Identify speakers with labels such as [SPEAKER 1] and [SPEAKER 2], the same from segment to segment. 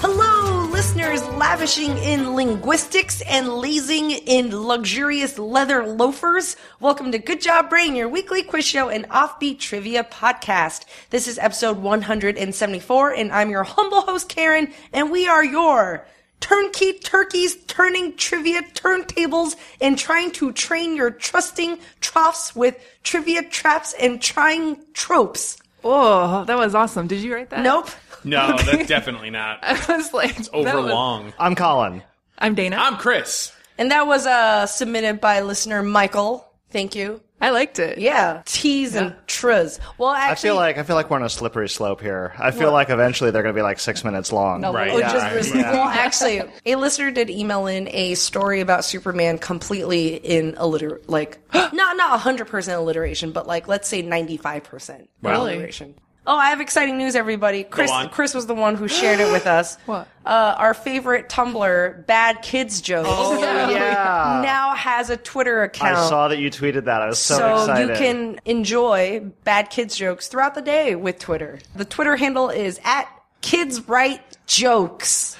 [SPEAKER 1] Hello, listeners lavishing in linguistics and lazing in luxurious leather loafers. Welcome to Good Job Brain, your weekly quiz show and offbeat trivia podcast. This is episode 174, and I'm your humble host, Karen, and we are your turnkey turkeys turning trivia turntables and trying to train your trusting troughs with trivia traps and trying tropes.
[SPEAKER 2] Oh, that was awesome. Did you write that?
[SPEAKER 1] Nope.
[SPEAKER 3] No, that's definitely not.
[SPEAKER 2] I was like, it's
[SPEAKER 3] Over long.
[SPEAKER 4] I'm Colin.
[SPEAKER 2] I'm Dana.
[SPEAKER 3] I'm Chris.
[SPEAKER 1] And that was uh, submitted by listener Michael. Thank you.
[SPEAKER 2] I liked it.
[SPEAKER 1] Yeah, T's and tris. Well,
[SPEAKER 4] I
[SPEAKER 1] actually,
[SPEAKER 4] feel like I feel like we're on a slippery slope here. I feel like eventually they're going to be like six minutes long.
[SPEAKER 3] Right.
[SPEAKER 1] Oh,
[SPEAKER 3] Yeah,
[SPEAKER 1] just
[SPEAKER 3] right,
[SPEAKER 1] ris-
[SPEAKER 3] yeah.
[SPEAKER 1] Well, actually, a listener did email in a story about Superman completely in alliter, like not not hundred percent alliteration, but like let's say ninety five percent alliteration. Oh, I have exciting news, everybody! Chris,
[SPEAKER 3] on.
[SPEAKER 1] Chris was the one who shared it with us.
[SPEAKER 2] What?
[SPEAKER 1] Uh, our favorite Tumblr bad kids joke
[SPEAKER 4] Yeah.
[SPEAKER 1] now has a Twitter
[SPEAKER 4] I
[SPEAKER 1] account.
[SPEAKER 4] saw that you tweeted that. I was so,
[SPEAKER 1] so
[SPEAKER 4] excited.
[SPEAKER 1] you can enjoy bad kids jokes throughout the day with Twitter. The Twitter handle is at kids write jokes,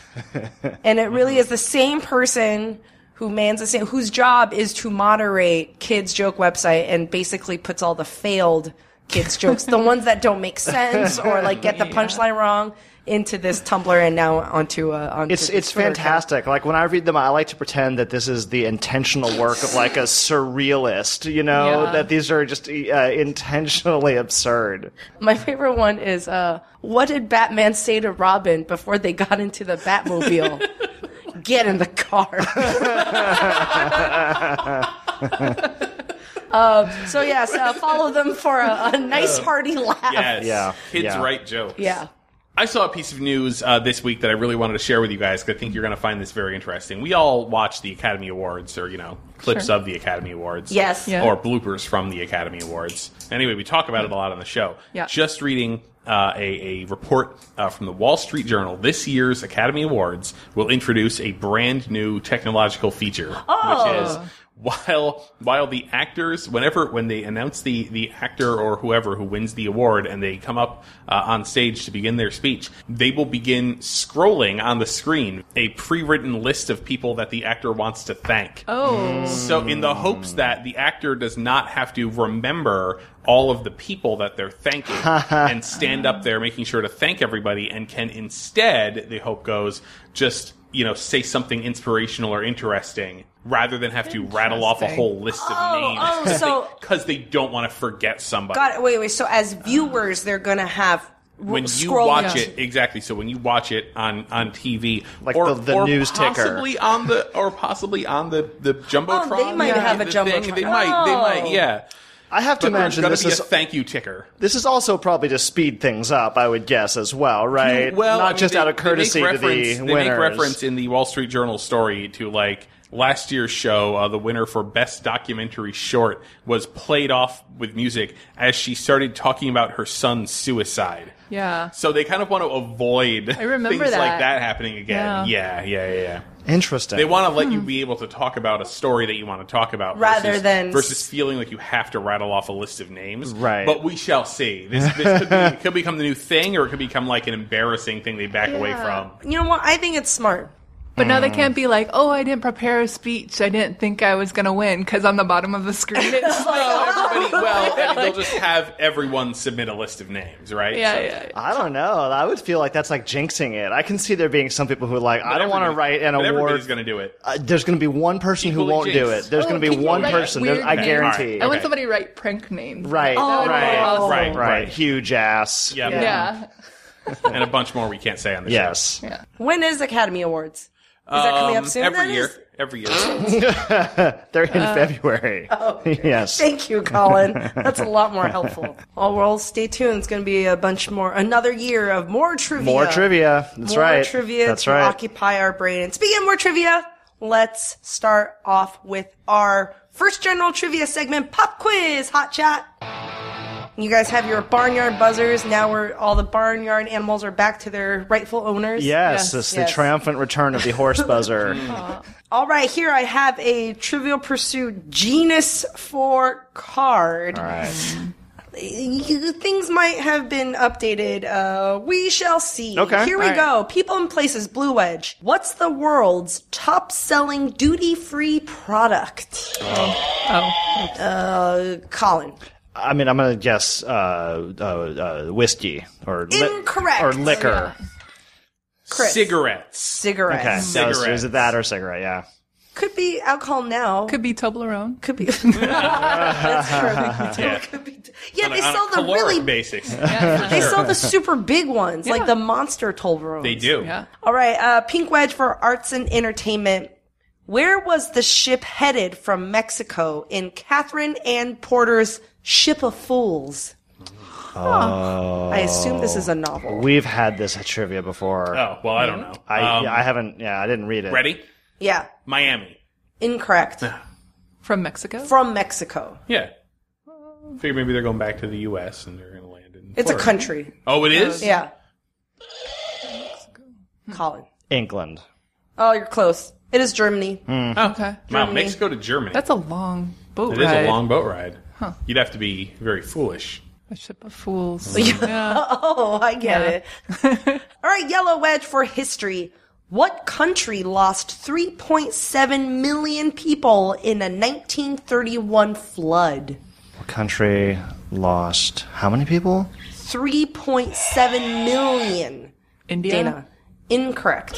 [SPEAKER 1] and it really is the same person who mans the same whose job is to moderate kids joke website and basically puts all the failed kids jokes, the ones that don't make sense or like get the punchline wrong, into this Tumblr and now onto uh, onto
[SPEAKER 4] It's
[SPEAKER 1] the
[SPEAKER 4] it's
[SPEAKER 1] Twitter account.
[SPEAKER 4] fantastic. Like when I read them, I like to pretend that this is the intentional work of like a surrealist. You know
[SPEAKER 2] Yeah.
[SPEAKER 4] that these are just uh, intentionally absurd.
[SPEAKER 1] My favorite one is uh, what did Batman say to Robin before they got into the Batmobile? Get in the car. uh, so yes, uh, follow them for a, a nice hearty laugh.
[SPEAKER 3] Uh, Yes.
[SPEAKER 4] Yeah,
[SPEAKER 3] Kids
[SPEAKER 4] yeah.
[SPEAKER 3] write jokes.
[SPEAKER 1] Yeah.
[SPEAKER 3] I saw a piece of news uh, this week that I really wanted to share with you guys 'cause I think you're going to find this very interesting. We all watch the Academy Awards or, you know, clips of the Academy Awards.
[SPEAKER 1] Yes.
[SPEAKER 2] Yeah.
[SPEAKER 3] Or bloopers from the Academy Awards. Anyway, we talk about it a lot on the show.
[SPEAKER 2] Yeah.
[SPEAKER 3] Just reading uh, a, a report uh, from the Wall Street Journal. This year's Academy Awards will introduce a brand new technological feature,
[SPEAKER 2] Oh.
[SPEAKER 3] which is while while the actors whenever when they announce the the actor or whoever who wins the award and they come up uh, on stage to begin their speech they will begin scrolling on the screen a pre-written list of people that the actor wants to thank
[SPEAKER 2] Oh,
[SPEAKER 3] so in the hopes that the actor does not have to remember all of the people that they're thanking and stand up there making sure to thank everybody and can instead, the hope goes, just, you know, say something inspirational or interesting rather than have to rattle off a
[SPEAKER 2] Interesting.
[SPEAKER 3] whole list of names
[SPEAKER 1] oh, so-
[SPEAKER 3] because they, don't want to forget somebody.
[SPEAKER 1] Got it. Wait, wait. So as viewers, they're gonna have
[SPEAKER 3] When you
[SPEAKER 1] scroll-
[SPEAKER 3] watch
[SPEAKER 2] Yeah.
[SPEAKER 3] it, exactly. So when you watch it on, on TV,
[SPEAKER 4] Like
[SPEAKER 3] or,
[SPEAKER 4] the- the
[SPEAKER 3] or
[SPEAKER 4] news ticker.
[SPEAKER 3] possibly on the or possibly on the the jumbotron,
[SPEAKER 1] Oh, they might
[SPEAKER 3] the-
[SPEAKER 1] have a
[SPEAKER 3] the thing,
[SPEAKER 1] Jumbotron.
[SPEAKER 3] They might, they
[SPEAKER 1] Oh.
[SPEAKER 3] might, yeah.
[SPEAKER 4] I have to
[SPEAKER 3] But there's
[SPEAKER 4] imagine
[SPEAKER 3] gonna
[SPEAKER 4] this
[SPEAKER 3] be
[SPEAKER 4] is
[SPEAKER 3] a thank you ticker.
[SPEAKER 4] this is also probably to speed things up. I would guess as well, right? not
[SPEAKER 3] I mean,
[SPEAKER 4] just
[SPEAKER 3] they-
[SPEAKER 4] out of
[SPEAKER 3] they make
[SPEAKER 4] courtesy to the
[SPEAKER 3] reference-
[SPEAKER 4] winners.
[SPEAKER 3] They make reference in the Wall Street Journal story to like last year's show. Uh, the winner for best documentary short was played off with music as she started talking about her son's suicide.
[SPEAKER 2] yeah.
[SPEAKER 3] So they kind of want to avoid
[SPEAKER 2] remember
[SPEAKER 3] things like
[SPEAKER 2] that.
[SPEAKER 3] that happening again.
[SPEAKER 2] Yeah. Hmm.
[SPEAKER 3] Yeah, yeah, yeah. yeah.
[SPEAKER 4] Interesting.
[SPEAKER 3] They want to let you be able to talk about a story that you want to talk about
[SPEAKER 1] Rather
[SPEAKER 3] versus,
[SPEAKER 1] than-
[SPEAKER 3] versus feeling like you have to rattle off a list of names.
[SPEAKER 4] Right.
[SPEAKER 3] But we shall see. This, this could, be, could become the new thing, or it could become like an embarrassing thing they back away
[SPEAKER 2] Yeah.
[SPEAKER 3] from.
[SPEAKER 1] You know what? I think it's smart.
[SPEAKER 2] But
[SPEAKER 3] Mm.
[SPEAKER 2] now they can't be like, oh, I didn't prepare a speech. I didn't think I was gonna win because on the bottom of the screen it's like,
[SPEAKER 3] No, everybody. Well, I mean, they'll just have everyone submit a list of names, right?
[SPEAKER 2] yeah,
[SPEAKER 3] So-
[SPEAKER 2] yeah.
[SPEAKER 4] I don't know. I would feel like that's like jinxing it. I can see there being some people who are like, I
[SPEAKER 3] but
[SPEAKER 4] don't want to
[SPEAKER 3] everybody-
[SPEAKER 4] write an
[SPEAKER 3] but
[SPEAKER 4] award.
[SPEAKER 3] Everybody's going to do it.
[SPEAKER 4] uh, there's going to be one person who
[SPEAKER 3] Equally
[SPEAKER 4] won't do
[SPEAKER 3] jinxed.
[SPEAKER 4] it. There's
[SPEAKER 2] Oh,
[SPEAKER 4] going to be
[SPEAKER 2] people
[SPEAKER 4] one
[SPEAKER 2] write
[SPEAKER 4] person.
[SPEAKER 2] weird
[SPEAKER 4] That, I
[SPEAKER 2] names.
[SPEAKER 4] guarantee.
[SPEAKER 2] I
[SPEAKER 3] Alright,
[SPEAKER 2] want
[SPEAKER 3] Okay.
[SPEAKER 2] somebody to write prank names.
[SPEAKER 4] Right,
[SPEAKER 1] Oh,
[SPEAKER 2] That would be
[SPEAKER 4] right,
[SPEAKER 2] awesome.
[SPEAKER 3] right,
[SPEAKER 4] Oh. Right. Huge ass.
[SPEAKER 3] Yeah,
[SPEAKER 2] Yeah. yeah.
[SPEAKER 3] and a bunch more we can't say on the
[SPEAKER 4] Yes.
[SPEAKER 1] When is Academy Awards? Is that
[SPEAKER 3] show.
[SPEAKER 1] coming
[SPEAKER 3] Um,
[SPEAKER 1] up soon?
[SPEAKER 3] every
[SPEAKER 1] That
[SPEAKER 3] year.
[SPEAKER 1] is-
[SPEAKER 3] Every year.
[SPEAKER 4] They're in February. yes.
[SPEAKER 1] Uh, oh, Thank you, Colin. That's a lot more helpful. Well, we'll stay tuned. It's going to be a bunch more, another year of more trivia.
[SPEAKER 4] More trivia. That's
[SPEAKER 1] more
[SPEAKER 4] right.
[SPEAKER 1] trivia
[SPEAKER 4] That's
[SPEAKER 1] to
[SPEAKER 4] right.
[SPEAKER 1] occupy our brain. And speaking of more trivia, let's start off with our first general trivia segment, Pop Quiz Hot Chat. You guys have your barnyard buzzers now, where all the barnyard animals are back to their rightful owners.
[SPEAKER 2] Yes,
[SPEAKER 4] Yes, it's
[SPEAKER 1] yes.
[SPEAKER 4] the triumphant return of the horse buzzer.
[SPEAKER 1] All right, here I have a Trivial Pursuit Genus 4 card.
[SPEAKER 4] All right.
[SPEAKER 1] You- Things might have been updated. Uh, we shall see.
[SPEAKER 4] Okay.
[SPEAKER 1] Here we
[SPEAKER 2] All right.
[SPEAKER 1] go. People and Places Blue Edge. What's the world's top selling duty free product?
[SPEAKER 2] Oh,
[SPEAKER 1] Uh, Colin.
[SPEAKER 4] I mean, I'm gonna guess uh, uh, uh, whiskey or li-
[SPEAKER 1] Incorrect.
[SPEAKER 4] or liquor.
[SPEAKER 1] Chris.
[SPEAKER 3] Cigarettes.
[SPEAKER 1] Cigarettes.
[SPEAKER 4] Okay, that was-
[SPEAKER 3] Cigarettes.
[SPEAKER 4] is it that or cigarette? Yeah.
[SPEAKER 1] Could be alcohol now.
[SPEAKER 2] could be Toblerone.
[SPEAKER 1] could be. That's true.
[SPEAKER 3] Yeah.
[SPEAKER 1] Could be- yeah,
[SPEAKER 3] On a-
[SPEAKER 1] they
[SPEAKER 3] on a
[SPEAKER 1] sell the
[SPEAKER 3] caloric
[SPEAKER 1] really.
[SPEAKER 3] basics.
[SPEAKER 1] They sell the super big ones, like
[SPEAKER 2] Yeah.
[SPEAKER 1] the monster Toblerones.
[SPEAKER 3] They do.
[SPEAKER 2] Yeah.
[SPEAKER 1] All right, uh, Pink Wedge for arts and entertainment. Where was the ship headed from Mexico in Catherine Ann Porter's Ship of Fools? I assume this is a novel.
[SPEAKER 4] We've had this trivia before.
[SPEAKER 3] Oh well, I don't know.
[SPEAKER 4] I
[SPEAKER 3] Um,
[SPEAKER 4] yeah, I haven't. Yeah, I didn't read it.
[SPEAKER 3] ready?
[SPEAKER 1] yeah,
[SPEAKER 3] Miami.
[SPEAKER 1] incorrect.
[SPEAKER 2] From Mexico?
[SPEAKER 1] From Mexico.
[SPEAKER 3] Yeah. Figure maybe they're going back to the U.S. and they're going to land in.
[SPEAKER 1] It's a
[SPEAKER 3] Florida.
[SPEAKER 1] country.
[SPEAKER 3] Oh, it is.
[SPEAKER 1] Yeah. Colin.
[SPEAKER 4] England.
[SPEAKER 1] Oh, you're close. It is Germany.
[SPEAKER 2] okay.
[SPEAKER 3] Wow, Mexico to Germany.
[SPEAKER 2] That's a long boat
[SPEAKER 3] It is
[SPEAKER 2] ride.
[SPEAKER 3] a long boat ride. You'd have to be very foolish.
[SPEAKER 2] A ship of fools. yeah.
[SPEAKER 1] Oh, I get
[SPEAKER 2] Yeah.
[SPEAKER 1] it. All right, Yellow Wedge for history. What country lost 3.7 million people in a 1931 flood?
[SPEAKER 4] What country lost how many people?
[SPEAKER 1] 3.7 million.
[SPEAKER 2] India.
[SPEAKER 1] Dana. Incorrect.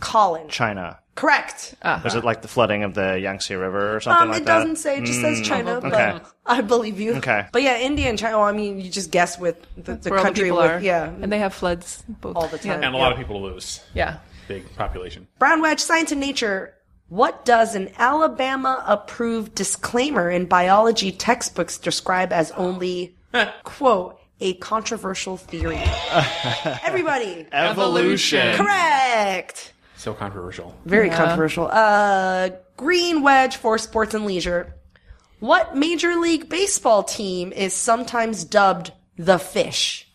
[SPEAKER 1] Colin.
[SPEAKER 4] China.
[SPEAKER 1] Correct.
[SPEAKER 2] Ah.
[SPEAKER 3] Uh-huh.
[SPEAKER 4] Was it like the flooding of the Yangtze River or something
[SPEAKER 1] Um,
[SPEAKER 4] like
[SPEAKER 1] it
[SPEAKER 4] that? Mm.
[SPEAKER 1] doesn't say. It just says China,
[SPEAKER 4] Okay.
[SPEAKER 1] but I believe you.
[SPEAKER 4] Okay.
[SPEAKER 1] But yeah, India and China. Well, I mean, you just guess with the, the
[SPEAKER 2] where all the
[SPEAKER 1] country.
[SPEAKER 2] people
[SPEAKER 1] with,
[SPEAKER 2] are.
[SPEAKER 1] Yeah.
[SPEAKER 2] And they have floods both.
[SPEAKER 1] All the time.
[SPEAKER 3] And a lot of people lose.
[SPEAKER 2] Yeah.
[SPEAKER 3] Big population.
[SPEAKER 1] Brown Wedge, Science and Nature. What does an Alabama approved disclaimer in biology textbooks describe as only, quote, a controversial theory? Everybody.
[SPEAKER 4] Evolution.
[SPEAKER 1] Correct.
[SPEAKER 3] So controversial.
[SPEAKER 1] Very controversial. Uh, Green Wedge for sports and leisure. What Major League Baseball team is sometimes dubbed the fish?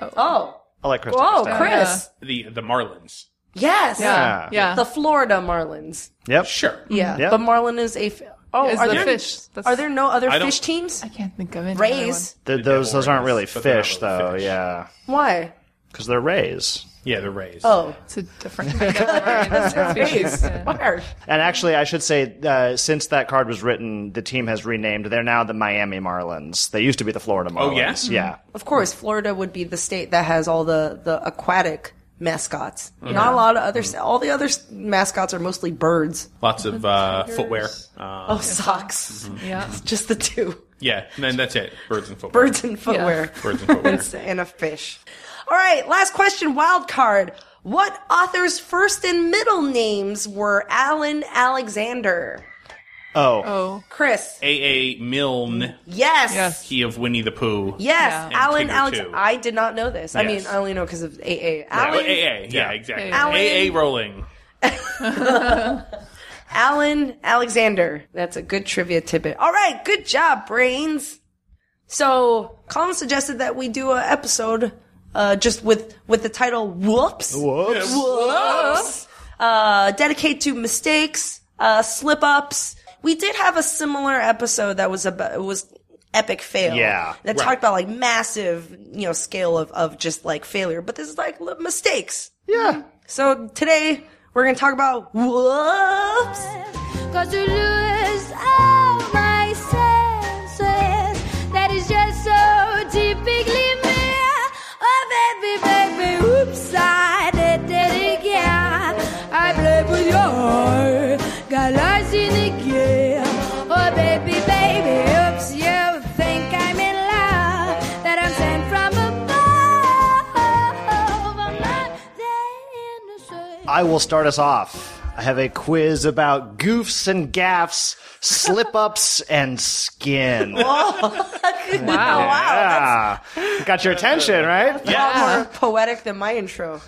[SPEAKER 1] oh.
[SPEAKER 4] I like Chris.
[SPEAKER 1] Oh,
[SPEAKER 4] Christie.
[SPEAKER 1] Chris.
[SPEAKER 3] The the Marlins.
[SPEAKER 1] Yes.
[SPEAKER 4] Yeah.
[SPEAKER 2] Yeah. Yeah.
[SPEAKER 1] The Florida Marlins.
[SPEAKER 4] Yep.
[SPEAKER 3] Sure.
[SPEAKER 1] Yeah,
[SPEAKER 4] Yeah.
[SPEAKER 1] but Marlin is a. F- oh,
[SPEAKER 2] Is
[SPEAKER 1] are
[SPEAKER 2] the
[SPEAKER 1] there
[SPEAKER 2] fish. That's-
[SPEAKER 1] are there no other
[SPEAKER 3] I don't-
[SPEAKER 1] fish teams?
[SPEAKER 2] I can't think of any. other
[SPEAKER 1] Rays.
[SPEAKER 4] Th- those those aren't really
[SPEAKER 3] But they're not
[SPEAKER 4] fish
[SPEAKER 3] really
[SPEAKER 4] though.
[SPEAKER 3] fish.
[SPEAKER 4] Yeah,
[SPEAKER 1] Why?
[SPEAKER 4] because they're rays.
[SPEAKER 3] Yeah, the Rays.
[SPEAKER 1] Oh,
[SPEAKER 2] one. It's a different kind of
[SPEAKER 1] rays.
[SPEAKER 2] species. Yeah.
[SPEAKER 1] Where?
[SPEAKER 4] And actually, I should say, uh, since that card was written, the team has renamed. They're now the Miami Marlins. They used to be the Florida Marlins.
[SPEAKER 3] Oh, yeah? Hmm.
[SPEAKER 4] yeah.
[SPEAKER 1] Of course, Florida would be the state that has all the the aquatic mascots.
[SPEAKER 3] Mm-hmm.
[SPEAKER 1] Not a lot of other. All the other s- mascots are mostly birds.
[SPEAKER 3] Lots of uh, footwear. Uh,
[SPEAKER 1] Oh, socks.
[SPEAKER 3] Mm-hmm.
[SPEAKER 2] yeah.
[SPEAKER 1] Just the two
[SPEAKER 3] yeah, and then that's it. Birds and footwear.
[SPEAKER 1] birds and footwear.
[SPEAKER 3] Birds and footwear.
[SPEAKER 1] It's- and a fish. All right, last question, wild card. What author's first and middle names were Alan Alexander?
[SPEAKER 4] Oh,
[SPEAKER 2] Oh.
[SPEAKER 1] Chris.
[SPEAKER 3] A.A. Milne,
[SPEAKER 1] Yes.
[SPEAKER 2] Yes.
[SPEAKER 3] he of Winnie the Pooh.
[SPEAKER 1] Yes,
[SPEAKER 2] Yeah. And
[SPEAKER 1] Alan
[SPEAKER 3] Tigger,
[SPEAKER 1] Alex.
[SPEAKER 3] too.
[SPEAKER 1] I did not know this. I mean,
[SPEAKER 3] Yes.
[SPEAKER 1] I only know because of AA.
[SPEAKER 3] Yeah, well,
[SPEAKER 1] Alan,
[SPEAKER 3] A.A. Yeah, exactly.
[SPEAKER 2] Alan-
[SPEAKER 3] A.A. Rowling.
[SPEAKER 1] Alan Alexander. That's a good trivia tidbit. All right, good job, brains. So Colin suggested that we do an episode uh, just with with the title "Whoops."
[SPEAKER 4] whoops.
[SPEAKER 1] Whoops. Uh, dedicate to mistakes, uh, slip ups. We did have a similar episode that was about it was epic fail.
[SPEAKER 4] Yeah,
[SPEAKER 1] that talked about like massive, you know, scale of of just like failure. But this is like li- mistakes.
[SPEAKER 4] Yeah.
[SPEAKER 1] So today we're gonna talk about whoops.
[SPEAKER 5] Cause to lose all my senses, that is just so typically me. Oh, baby, baby, oops, I did it again. I played with your heart, got lost in the game. Oh, baby, baby, oops, you think I'm in love, that I'm sent from above. I'm not that innocent.
[SPEAKER 4] I will start us off. I have a quiz about goofs and gaffs, slip ups, and skin.
[SPEAKER 2] Wow.
[SPEAKER 1] Oh, wow. That's
[SPEAKER 4] Ah, got your attention, right?
[SPEAKER 1] more poetic than my intro.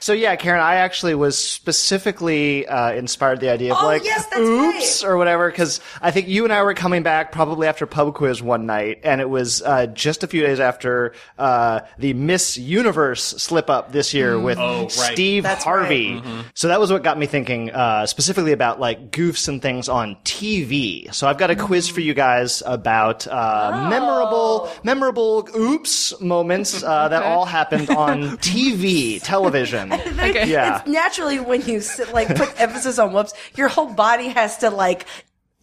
[SPEAKER 4] So yeah, Karen, I actually was specifically uh, inspired the idea of
[SPEAKER 1] Oh,
[SPEAKER 4] like
[SPEAKER 1] yes, that's
[SPEAKER 4] oops or whatever because I think you and I were coming back probably after pub quiz one night, and it was uh, just a few days after uh, the Miss Universe slip up this year with
[SPEAKER 3] right.
[SPEAKER 4] Steve
[SPEAKER 1] That's
[SPEAKER 4] Harvey. So that was what got me thinking uh, specifically about like goofs and things on TV. So I've got a quiz for you guys about uh, memorable memorable oops moments uh, that all happened on TV television.
[SPEAKER 2] Okay.
[SPEAKER 4] Yeah.
[SPEAKER 1] It's naturally when you sit, like put emphasis on whoops, your whole body has to like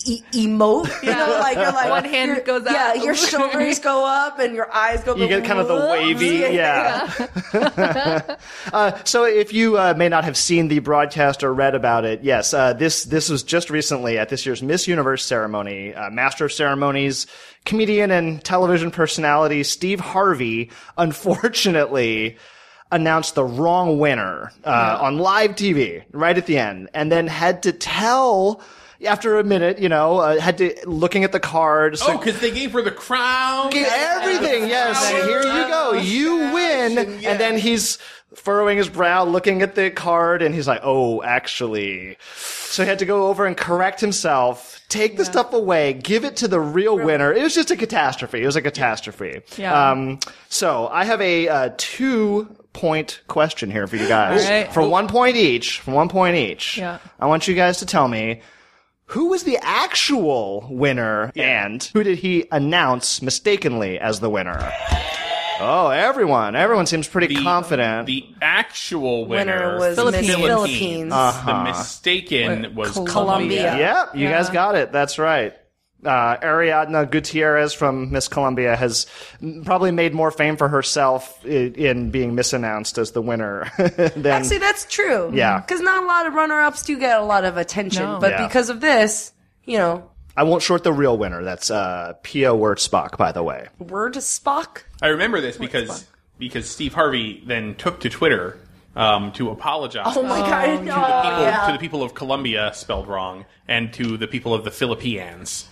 [SPEAKER 1] e- emote. You know, like you're like
[SPEAKER 2] One hand
[SPEAKER 1] your-
[SPEAKER 2] goes
[SPEAKER 1] Yeah,
[SPEAKER 2] out.
[SPEAKER 1] your shoulders go up and your eyes go.
[SPEAKER 4] You get kind of the
[SPEAKER 1] whoops.
[SPEAKER 4] wavy, yeah. uh, so, if you uh, may not have seen the broadcast or read about it, yes, uh, this this was just recently at this year's Miss Universe ceremony. Uh, Master of ceremonies, comedian and television personality Steve Harvey, unfortunately. Announced the wrong winner uh, on live TV right at the end, and then had to tell after a minute, you know, uh, had to looking at the cards.
[SPEAKER 3] Oh, because they gave her the crown.
[SPEAKER 4] Get everything. Yes,
[SPEAKER 3] Flower.
[SPEAKER 4] here you go. You win. And then he's furrowing his brow, looking at the card, and he's like, "Oh, actually." So he had to go over and correct himself, take the stuff away, give it to the real winner. It was just a catastrophe. It was a catastrophe.
[SPEAKER 2] Yeah.
[SPEAKER 4] Um, so I have a uh, two. Point question here for you guys.
[SPEAKER 2] All right.
[SPEAKER 4] For one point each, for one point each,
[SPEAKER 2] Yeah.
[SPEAKER 4] I want you guys to tell me who was the actual winner and who did he announce mistakenly as the winner? Oh, everyone. Everyone seems pretty
[SPEAKER 3] The-
[SPEAKER 4] confident.
[SPEAKER 3] The actual
[SPEAKER 1] Winner
[SPEAKER 3] winner,
[SPEAKER 1] was
[SPEAKER 2] Philippines.
[SPEAKER 1] Miss
[SPEAKER 2] Philippines.
[SPEAKER 1] Philippines. Uh-huh.
[SPEAKER 3] The mistaken was
[SPEAKER 1] Colombia.
[SPEAKER 3] Colombia.
[SPEAKER 4] yep, you guys got it. That's right. Uh, Ariadna Gutierrez from Miss Colombia has m- probably made more fame for herself i- in being misannounced as the winner than
[SPEAKER 1] Actually, that's true.
[SPEAKER 4] Yeah.
[SPEAKER 1] because not a lot of runner-ups do get a lot of attention,
[SPEAKER 2] No.
[SPEAKER 1] but
[SPEAKER 4] Yeah.
[SPEAKER 1] because of this, you know,
[SPEAKER 4] I won't short the real winner. That's uh, Pia Wurzbach, by the way.
[SPEAKER 1] word Spock.
[SPEAKER 3] I remember this because because Steve Harvey then took to Twitter um, to apologize
[SPEAKER 1] Oh my god! no.
[SPEAKER 3] people- to the people of Colombia spelled wrong and to the people of the Philippines,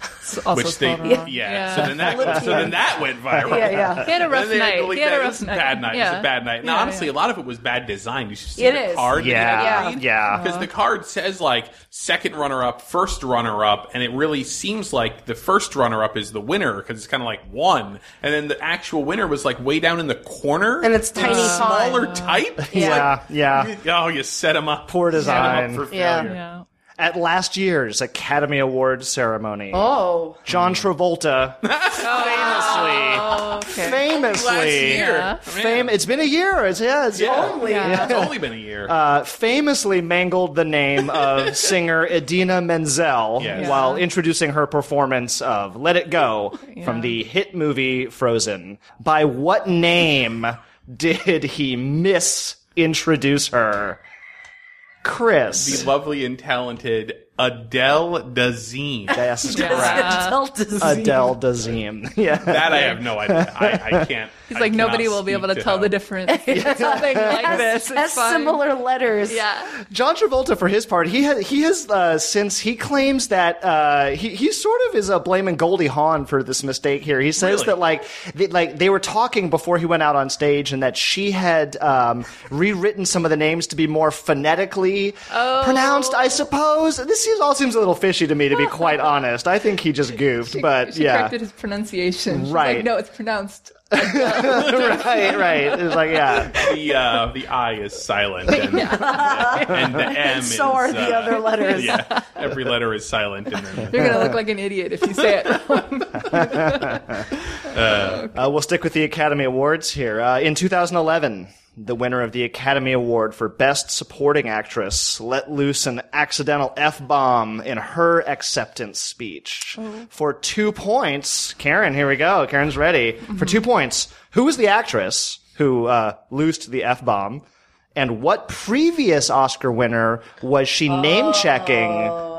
[SPEAKER 2] also
[SPEAKER 3] which they
[SPEAKER 2] spelled
[SPEAKER 3] yeah.
[SPEAKER 2] wrong. Yeah.
[SPEAKER 3] So then that so then that went viral.
[SPEAKER 1] yeah, yeah.
[SPEAKER 2] He had a rough
[SPEAKER 3] Then they had
[SPEAKER 2] night.
[SPEAKER 3] to delete
[SPEAKER 2] He had a
[SPEAKER 3] that.
[SPEAKER 2] rough
[SPEAKER 3] This is
[SPEAKER 2] night.
[SPEAKER 3] Bad night. It was
[SPEAKER 2] Yeah.
[SPEAKER 3] a bad night. Now,
[SPEAKER 2] Yeah,
[SPEAKER 3] honestly,
[SPEAKER 2] yeah.
[SPEAKER 3] a lot of it was bad design. You should see
[SPEAKER 1] It
[SPEAKER 3] the
[SPEAKER 1] is.
[SPEAKER 3] card.
[SPEAKER 4] Yeah, yeah.
[SPEAKER 3] Because the card says like second runner up, first runner up, and it really seems like the first runner up is the winner because it's kind of like one, and then the actual winner was like way down in the corner,
[SPEAKER 1] And it's tiny font.
[SPEAKER 3] smaller type. It's
[SPEAKER 4] Yeah,
[SPEAKER 3] like,
[SPEAKER 4] yeah.
[SPEAKER 3] Oh, you set him up.
[SPEAKER 4] Poor
[SPEAKER 3] Set 'em
[SPEAKER 4] design.
[SPEAKER 3] up for
[SPEAKER 1] Yeah.
[SPEAKER 3] failure.
[SPEAKER 2] Yeah.
[SPEAKER 4] At last year's Academy Awards ceremony.
[SPEAKER 1] Oh,
[SPEAKER 4] John Travolta
[SPEAKER 2] Oh,
[SPEAKER 4] famously,
[SPEAKER 3] Last
[SPEAKER 4] famously,
[SPEAKER 3] year.
[SPEAKER 2] Yeah.
[SPEAKER 4] fame. It's been a year. It's yeah. It's
[SPEAKER 3] Yeah.
[SPEAKER 4] only-
[SPEAKER 3] It's only been a year.
[SPEAKER 4] uh, famously mangled the name of singer Edina Menzel
[SPEAKER 3] Yes.
[SPEAKER 4] while introducing her performance of "Let It Go" from the hit movie Frozen. By what name did he misintroduce her? Chris.
[SPEAKER 3] the lovely and talented Adele Dazeem.
[SPEAKER 4] Yes, is correct.
[SPEAKER 1] Adele disease.
[SPEAKER 4] Adele Dazeem. Yeah.
[SPEAKER 3] That I have no idea. I, I can't.
[SPEAKER 2] He's like nobody will be able to tell the difference. It's Something like this. It's
[SPEAKER 1] That's
[SPEAKER 2] fine.
[SPEAKER 1] similar letters.
[SPEAKER 2] Yeah.
[SPEAKER 4] John Travolta, for his part, he has, he has uh, since he claims that uh, he he sort of is uh, blaming Goldie Hawn for this mistake here. He
[SPEAKER 3] Really?
[SPEAKER 4] says that like they, like they were talking before he went out on stage, and that she had um, rewritten some of the names to be more phonetically
[SPEAKER 2] Oh.
[SPEAKER 4] pronounced. I suppose this seems, all seems a little fishy to me, to be quite honest. I think he just goofed, but
[SPEAKER 2] she
[SPEAKER 4] yeah,
[SPEAKER 2] corrected his pronunciation. She's
[SPEAKER 4] Right.
[SPEAKER 2] Like, no, it's pronounced.
[SPEAKER 4] right, right. It's like yeah.
[SPEAKER 3] The uh, the I is silent, and, and the M.
[SPEAKER 1] So
[SPEAKER 3] is,
[SPEAKER 1] are the
[SPEAKER 3] uh,
[SPEAKER 1] other letters.
[SPEAKER 3] Yeah, every letter is silent, and then
[SPEAKER 2] You're gonna look like an idiot if you say it. wrong.
[SPEAKER 4] Uh, we'll stick with the Academy Awards here. Uh, in 2011, the winner of the Academy Award for Best Supporting Actress let loose an accidental F bomb in her acceptance speech.
[SPEAKER 1] Oh.
[SPEAKER 4] For two points, Karen, here we go. Karen's ready.
[SPEAKER 1] Mm-hmm.
[SPEAKER 4] For two points, who was the actress who uh, loosed the F bomb? And what previous Oscar winner was she name checking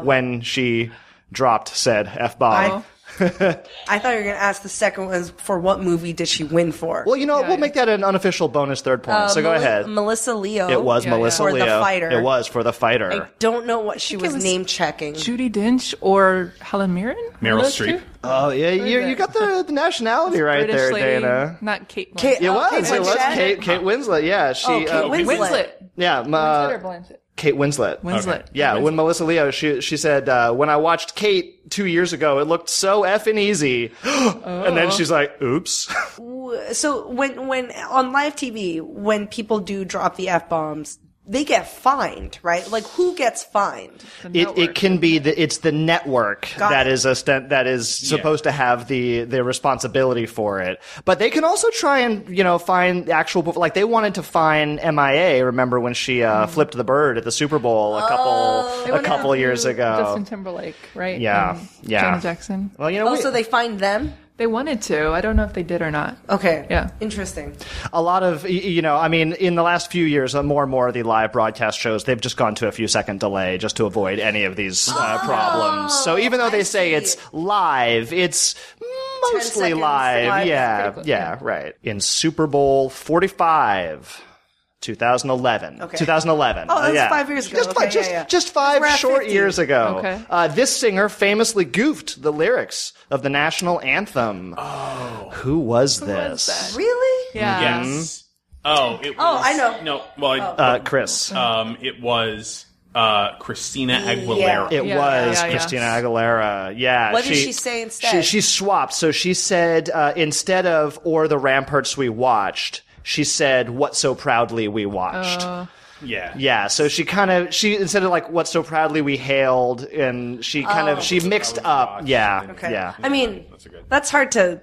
[SPEAKER 4] when she dropped said F bomb?
[SPEAKER 1] Oh. I I thought you were going to ask the second one is for what movie did she win for?
[SPEAKER 4] Well, you know, what?
[SPEAKER 2] Yeah,
[SPEAKER 4] we'll
[SPEAKER 2] yeah.
[SPEAKER 4] make that an unofficial bonus third point.
[SPEAKER 1] Uh,
[SPEAKER 4] so go
[SPEAKER 1] Meli-
[SPEAKER 4] ahead.
[SPEAKER 1] Melissa Leo.
[SPEAKER 4] It was
[SPEAKER 2] Yeah, yeah.
[SPEAKER 4] Melissa
[SPEAKER 1] Oh, For the
[SPEAKER 4] Leo.
[SPEAKER 1] fighter.
[SPEAKER 4] It was for the fighter.
[SPEAKER 1] I don't know what she was,
[SPEAKER 2] was-
[SPEAKER 1] name checking.
[SPEAKER 2] Judy Dench or Helen Mirren?
[SPEAKER 3] Meryl
[SPEAKER 2] Those
[SPEAKER 3] Streep.
[SPEAKER 2] two?
[SPEAKER 4] oh yeah, you, you got the, the nationality right
[SPEAKER 2] British
[SPEAKER 4] there,
[SPEAKER 2] lady,
[SPEAKER 4] Dana.
[SPEAKER 2] Not Kate.
[SPEAKER 1] Kate-
[SPEAKER 4] It
[SPEAKER 1] Oh,
[SPEAKER 4] was.
[SPEAKER 1] Kate
[SPEAKER 4] it was
[SPEAKER 1] Winslet?
[SPEAKER 4] Kate, Kate Winslet. Yeah, she.
[SPEAKER 1] Oh, Kate
[SPEAKER 4] uh,
[SPEAKER 1] Winslet.
[SPEAKER 2] Winslet.
[SPEAKER 4] Yeah, m- uh,
[SPEAKER 2] Winslet or Blanchett?
[SPEAKER 4] Kate Winslet.
[SPEAKER 2] Winslet.
[SPEAKER 4] Yeah, when Melissa Leo, she she said, uh, when I watched Kate two years ago, it looked so effing easy, and
[SPEAKER 1] Oh.
[SPEAKER 4] then she's like, "Oops."
[SPEAKER 1] so when when on live TV, when people do drop the f bombs, they get fined, right? Like who gets fined?
[SPEAKER 2] Oh,
[SPEAKER 4] it, it can be the it's the network
[SPEAKER 1] Got
[SPEAKER 4] that
[SPEAKER 1] it.
[SPEAKER 4] is a stent that is supposed to have the the responsibility for it. But they can also try and you know find the actual like they wanted to find MIA. Remember when she
[SPEAKER 1] Mm-hmm.
[SPEAKER 4] uh, flipped the bird at the Super Bowl a couple
[SPEAKER 1] Oh,
[SPEAKER 4] a Oh, couple years ago?
[SPEAKER 2] Justin Timberlake, right?
[SPEAKER 4] Yeah,
[SPEAKER 2] And
[SPEAKER 4] yeah.
[SPEAKER 2] Janet Jackson.
[SPEAKER 4] well, you know,
[SPEAKER 1] Oh,
[SPEAKER 4] we-
[SPEAKER 1] so they find them?
[SPEAKER 2] They wanted to. I don't know if they did or not.
[SPEAKER 1] Okay.
[SPEAKER 2] Yeah.
[SPEAKER 1] Interesting.
[SPEAKER 4] a lot of y- you know i mean in the last few years uh, more and more of the live broadcast shows they've just gone to a few second delay just to avoid any of these uh, problems so even though they say
[SPEAKER 1] Oh, see.
[SPEAKER 4] it's live it's mostly
[SPEAKER 1] seconds
[SPEAKER 4] live,
[SPEAKER 1] live.
[SPEAKER 4] yeah yeah right in super bowl 45 2011.
[SPEAKER 1] Okay.
[SPEAKER 4] 2011.
[SPEAKER 1] Oh, that was
[SPEAKER 4] yeah.
[SPEAKER 1] five years ago.
[SPEAKER 4] Just, fi-
[SPEAKER 1] Okay,
[SPEAKER 4] just,
[SPEAKER 1] yeah, yeah.
[SPEAKER 4] just five
[SPEAKER 1] We're at
[SPEAKER 4] short
[SPEAKER 1] 50.
[SPEAKER 4] years ago.
[SPEAKER 2] Okay.
[SPEAKER 4] Uh, this singer famously goofed the lyrics of the national anthem. Oh. Who was this?
[SPEAKER 2] that?
[SPEAKER 1] Really?
[SPEAKER 2] Yeah.
[SPEAKER 4] Mm-hmm.
[SPEAKER 3] Yes.
[SPEAKER 2] Hmm.
[SPEAKER 3] Oh, it was.
[SPEAKER 1] Oh, I know. Oh.
[SPEAKER 3] No, well, I-
[SPEAKER 4] Uh, Chris.
[SPEAKER 3] um, it was uh, Christina Aguilera.
[SPEAKER 4] It
[SPEAKER 2] Yeah,
[SPEAKER 4] was
[SPEAKER 2] yeah, yeah.
[SPEAKER 4] Christina Aguilera. Yeah.
[SPEAKER 1] What did she say instead?
[SPEAKER 4] She, she swapped. So she said uh, instead of "Or the ramparts we watched," she said "What so proudly we watched."
[SPEAKER 2] Uh.
[SPEAKER 3] yeah.
[SPEAKER 4] yeah. So she kind of she instead of like "What so proudly we hailed," and she kind of she mixed up.
[SPEAKER 3] watched
[SPEAKER 4] Yeah.
[SPEAKER 3] something.
[SPEAKER 1] Oh. Okay.
[SPEAKER 4] Yeah.
[SPEAKER 1] I mean,
[SPEAKER 3] that's
[SPEAKER 1] that's,
[SPEAKER 3] a good-
[SPEAKER 1] hard to,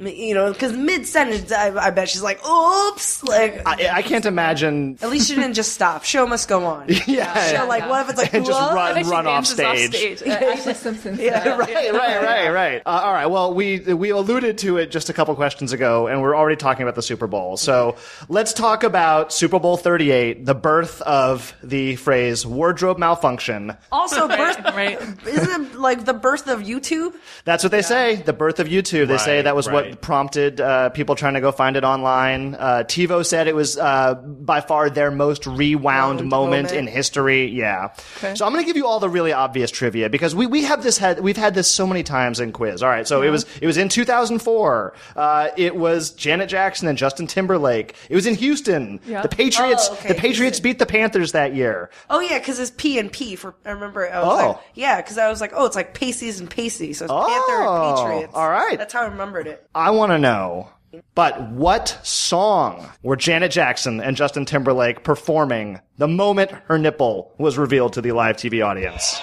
[SPEAKER 1] you know, because mid sentence, I, I bet she's like, oops. Like,
[SPEAKER 4] I, I can't imagine.
[SPEAKER 1] at least she didn't just stop. Show must go on.
[SPEAKER 4] Yeah.
[SPEAKER 1] Show, like, what if it's like,
[SPEAKER 4] And just
[SPEAKER 1] "Whoa?"
[SPEAKER 4] run,
[SPEAKER 2] She
[SPEAKER 4] run off
[SPEAKER 2] dances
[SPEAKER 4] stage.
[SPEAKER 2] Uh, Ashley Simpson.
[SPEAKER 4] Yeah, right, right, right, right. Uh, all right. Well, we we alluded to it just a couple questions ago, and we're already talking about the Super Bowl. So let's talk about Super Bowl Thirty Eight, the birth of the phrase "wardrobe malfunction."
[SPEAKER 1] Also, birth,
[SPEAKER 2] Right.
[SPEAKER 1] isn't it like the birth of YouTube?
[SPEAKER 4] That's what they say. The birth of YouTube. They say
[SPEAKER 3] Right,
[SPEAKER 4] that was what
[SPEAKER 3] right.
[SPEAKER 4] prompted uh, people trying to go find it online. Uh, TiVo said it was uh, by far their most rewound
[SPEAKER 1] Wound
[SPEAKER 4] moment,
[SPEAKER 1] moment.
[SPEAKER 4] in history. Yeah. So I'm going to give you all the really obvious trivia because we, we have this had we've had this so many times in quiz. All right. So it was it was in 2004. Uh, it was Janet Jackson and Justin Timberlake. It was in Houston.
[SPEAKER 2] Yeah.
[SPEAKER 4] The Patriots.
[SPEAKER 1] Oh, okay,
[SPEAKER 4] the Patriots
[SPEAKER 1] Houston.
[SPEAKER 4] beat the Panthers that year.
[SPEAKER 1] Oh yeah, because it's P and P for. I remember. I was
[SPEAKER 4] Oh.
[SPEAKER 1] like, yeah, because I was like, oh, it's like Pacey's and Pacey, so it's Panther
[SPEAKER 4] Oh,
[SPEAKER 1] and Patriots.
[SPEAKER 4] all right.
[SPEAKER 1] that's how I remembered it.
[SPEAKER 4] I want to know. But what song were Janet Jackson and Justin Timberlake performing the moment her nipple was revealed to the live TV audience?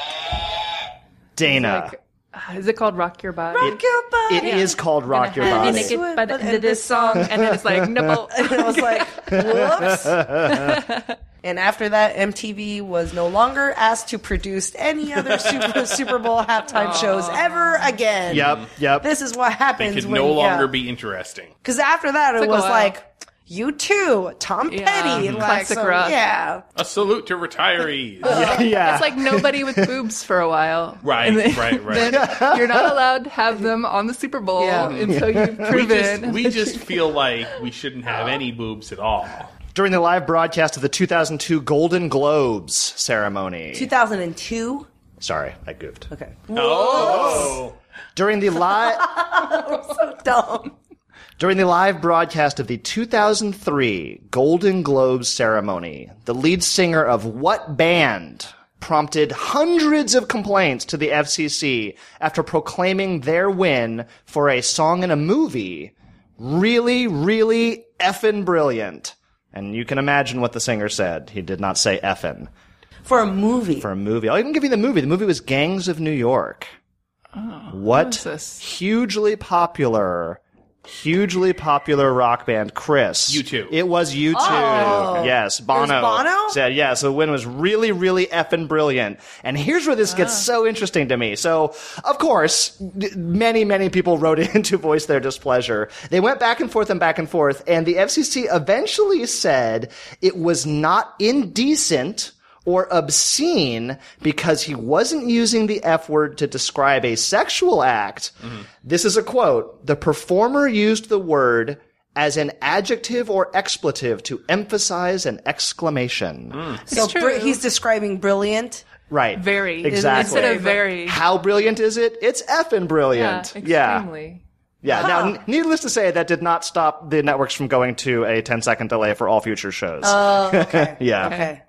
[SPEAKER 4] Dana.
[SPEAKER 2] Like, uh, is it called Rock Your Body?
[SPEAKER 1] Rock your body.
[SPEAKER 4] it is called Rock Your
[SPEAKER 2] I'll be
[SPEAKER 4] Body.
[SPEAKER 2] naked by the end of this song, and then it's like nipple.
[SPEAKER 1] and I was like, whoops. and after that, MTV was no longer asked to produce any other Super, Super Bowl halftime shows ever again.
[SPEAKER 4] Yep, yep.
[SPEAKER 1] This is what
[SPEAKER 3] It
[SPEAKER 1] happens
[SPEAKER 3] could
[SPEAKER 1] when
[SPEAKER 3] no longer be interesting.
[SPEAKER 1] Because after that, it
[SPEAKER 2] Took a
[SPEAKER 1] was
[SPEAKER 2] while.
[SPEAKER 1] like, you too, Tom
[SPEAKER 2] Yeah,
[SPEAKER 1] Petty. Like,
[SPEAKER 2] classic
[SPEAKER 1] so-
[SPEAKER 2] rock.
[SPEAKER 1] Yeah.
[SPEAKER 3] A salute to retirees.
[SPEAKER 4] yeah.
[SPEAKER 2] It's like nobody with boobs for a while.
[SPEAKER 3] Right,
[SPEAKER 2] And then-
[SPEAKER 3] right, right.
[SPEAKER 2] Then you're not allowed to have them on the Super Bowl
[SPEAKER 1] Yeah.
[SPEAKER 2] until you've
[SPEAKER 3] we just,
[SPEAKER 2] proven.
[SPEAKER 3] we just feel like we shouldn't have any boobs at all.
[SPEAKER 4] During the live broadcast of the 2002 Golden Globes ceremony.
[SPEAKER 1] 2002.
[SPEAKER 4] Sorry, I goofed.
[SPEAKER 1] Okay.
[SPEAKER 3] Oh,
[SPEAKER 4] During the live
[SPEAKER 1] Dumb.
[SPEAKER 4] During the live broadcast of the 2003 Golden Globes ceremony, the lead singer of what band prompted hundreds of complaints to the FCC after proclaiming their win for a song in a movie really, really effin' brilliant? And you can imagine what the singer said. He did not say effin'
[SPEAKER 1] For a movie.
[SPEAKER 4] for a movie. I'll even give you the movie. The movie was Gangs of New York. what
[SPEAKER 2] this?
[SPEAKER 4] hugely popular, hugely popular rock band, Chris.
[SPEAKER 3] U2.
[SPEAKER 4] It was U2. Yes, Bono.
[SPEAKER 1] Bono?
[SPEAKER 4] Said, yeah, so the win was really, really effing brilliant. And here's where this gets so interesting to me. So, of course, d- many, many people wrote in to voice their displeasure. They went back and forth and back and forth, and the FCC eventually said it was not indecent or obscene because he wasn't using the F word to describe a sexual act. This is a quote. The performer used the word as an adjective or expletive to emphasize an exclamation.
[SPEAKER 1] So
[SPEAKER 2] true.
[SPEAKER 1] br- he's describing brilliant.
[SPEAKER 4] Right.
[SPEAKER 2] Very.
[SPEAKER 4] Exactly.
[SPEAKER 2] Instead of very.
[SPEAKER 4] How brilliant is it? It's effing brilliant.
[SPEAKER 2] Yeah.
[SPEAKER 4] Yeah.
[SPEAKER 2] Extremely.
[SPEAKER 4] Yeah. Now, n- needless to say, that did not stop the networks from going to a 10 second delay for all future shows. Oh, okay. yeah.
[SPEAKER 1] Okay.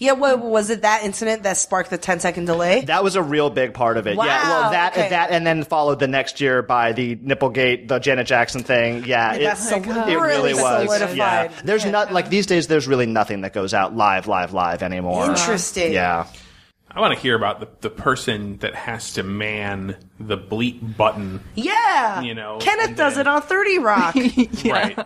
[SPEAKER 1] Yeah, what was it that incident that sparked the 10 second delay?
[SPEAKER 4] That was a real big part of it. Yeah.
[SPEAKER 1] Wow,
[SPEAKER 4] Well, that
[SPEAKER 1] okay.
[SPEAKER 4] that and then followed the next year by the Nipplegate, the Janet Jackson thing.
[SPEAKER 2] Oh
[SPEAKER 4] Yeah. It,
[SPEAKER 1] That's so-
[SPEAKER 4] it
[SPEAKER 1] really
[SPEAKER 4] really was.
[SPEAKER 1] solidified.
[SPEAKER 4] Yeah. There's not like these days. There's really nothing that goes out live, live, live anymore.
[SPEAKER 1] Interesting.
[SPEAKER 4] Yeah.
[SPEAKER 3] I want to hear about the, the person that has to man the bleep button.
[SPEAKER 1] Yeah.
[SPEAKER 3] You know,
[SPEAKER 1] Kenneth
[SPEAKER 3] and
[SPEAKER 1] does
[SPEAKER 3] then-
[SPEAKER 1] it on 30 Rock.
[SPEAKER 3] Right.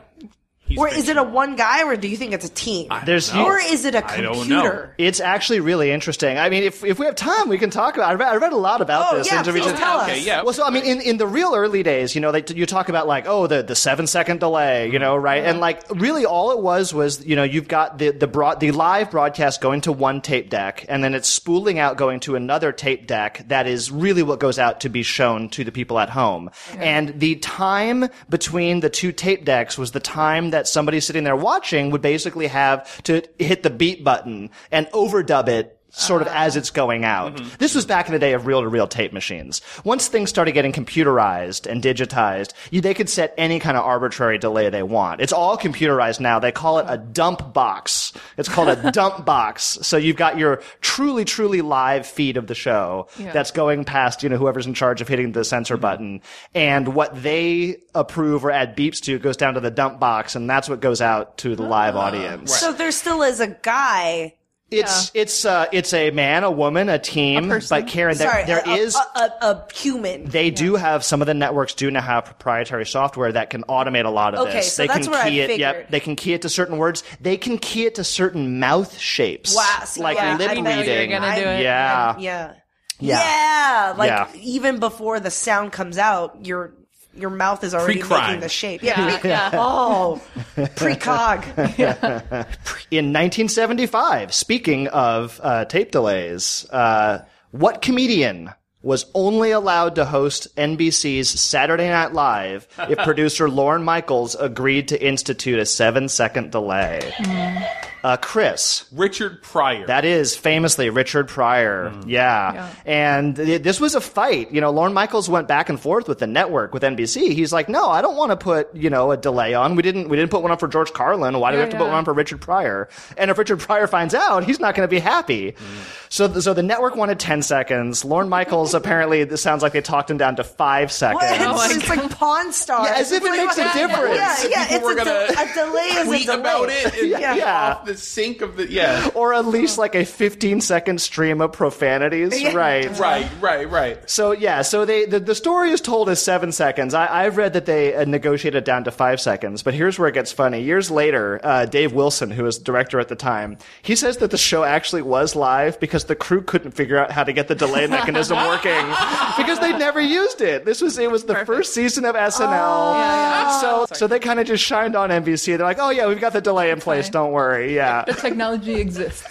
[SPEAKER 3] He's
[SPEAKER 1] or is it a
[SPEAKER 3] fictional.
[SPEAKER 1] one guy or do you think it's a team?
[SPEAKER 4] There's
[SPEAKER 3] No.
[SPEAKER 1] or is it a
[SPEAKER 3] I don't
[SPEAKER 1] computer?
[SPEAKER 4] It's actually really interesting. I mean, if, if we have time, we can talk about. I read, I read a lot about
[SPEAKER 1] Oh,
[SPEAKER 4] this.
[SPEAKER 1] yeah,
[SPEAKER 4] and we
[SPEAKER 1] please
[SPEAKER 4] just-
[SPEAKER 1] tell us.
[SPEAKER 3] Okay, yeah.
[SPEAKER 4] Well, so I mean, in, in the real early days, you know, they, you talk about like, oh, the, the seven second delay, you know, right? And like, really, all it was was, you know, you've got the the broad the live broadcast going to one tape deck, and then it's spooling out going to another tape deck. That is really what goes out to be shown to the people at home. And the time between the two tape decks was the time that somebody sitting there watching would basically have to hit the beat button and overdub it sort of as it's going out. This was back in the day of reel-to-reel tape machines. Once things started getting computerized and digitized, you, they could set any kind of arbitrary delay they want. It's all computerized now. They call it a dump box. It's called a dump box. So you've got your truly, truly live feed of the show that's going past, you know, whoever's in charge of hitting the censor button. And what they approve or add beeps to goes down to the dump box. And that's what goes out to the live audience.
[SPEAKER 1] So there still is a guy.
[SPEAKER 4] It's it's uh it's a man, a woman, a team. but Karen, there,
[SPEAKER 1] Sorry, uh,
[SPEAKER 4] there
[SPEAKER 1] a,
[SPEAKER 4] is-
[SPEAKER 1] a, a, a human.
[SPEAKER 4] they do have some of the networks do now have proprietary software that can automate a lot of
[SPEAKER 1] Okay,
[SPEAKER 4] this.
[SPEAKER 1] so
[SPEAKER 4] they
[SPEAKER 1] that's
[SPEAKER 4] can
[SPEAKER 1] what I
[SPEAKER 4] key it.
[SPEAKER 1] figured.
[SPEAKER 4] Yep, they can key it to certain words. They can key it to certain mouth shapes.
[SPEAKER 1] Wow, see,
[SPEAKER 4] like
[SPEAKER 1] yeah,
[SPEAKER 4] lip
[SPEAKER 1] I know you're
[SPEAKER 4] reading.
[SPEAKER 2] gonna do it.
[SPEAKER 4] Yeah.
[SPEAKER 1] yeah.
[SPEAKER 4] Yeah.
[SPEAKER 1] Yeah. Like
[SPEAKER 4] Yeah.
[SPEAKER 1] even before the sound comes out, your your mouth is already
[SPEAKER 3] Pre-crime.
[SPEAKER 1] making the shape.
[SPEAKER 2] Yeah. yeah.
[SPEAKER 1] Oh, precog.
[SPEAKER 4] In 1975, speaking of uh, tape delays, uh, what comedian was only allowed to host NBC's Saturday Night Live if producer Lauren Michaels agreed to institute a seven second delay? Uh, Chris,
[SPEAKER 3] Richard Pryor.
[SPEAKER 4] that is famously Richard Pryor. Yeah. And th- this was a fight. You know, Lorne Michaels went back and forth with the network, with NBC. He's like, no, I don't want to put, you know, a delay on. We didn't, we didn't put one on for George Carlin. Why do we have to put
[SPEAKER 2] yeah.
[SPEAKER 4] one on for Richard Pryor? And if Richard Pryor finds out, he's not going to be happy. So, th- so the network wanted 10 seconds. Lorne Michaels apparently, this sounds like they talked him down to five seconds.
[SPEAKER 1] What? it's it's like Pawn Stars.
[SPEAKER 4] Yeah, as if it makes a difference.
[SPEAKER 1] Yeah, yeah.
[SPEAKER 3] People were
[SPEAKER 1] it's a, de-
[SPEAKER 3] gonna
[SPEAKER 1] a delay is
[SPEAKER 3] tweet
[SPEAKER 1] a delay.
[SPEAKER 3] about it and
[SPEAKER 1] Yeah.
[SPEAKER 4] Yeah.
[SPEAKER 3] off the sink of the yeah.
[SPEAKER 4] Or at least like a 15 second stream of profanities.
[SPEAKER 1] Yeah.
[SPEAKER 4] Right.
[SPEAKER 3] Right, right, right.
[SPEAKER 4] So yeah, so they the, the story is told as seven seconds. I, I've read that they uh, negotiated down to five seconds, but here's where it gets funny. Years later, uh, Dave Wilson, who was director at the time, he says that the show actually was live because the crew couldn't figure out how to get the delay mechanism working because they never used it. This was it was the first season of SNL, so so they kind of just shined on NBC. They're like, oh yeah, we've got the delay in place. Don't worry, yeah.
[SPEAKER 2] Technology exists.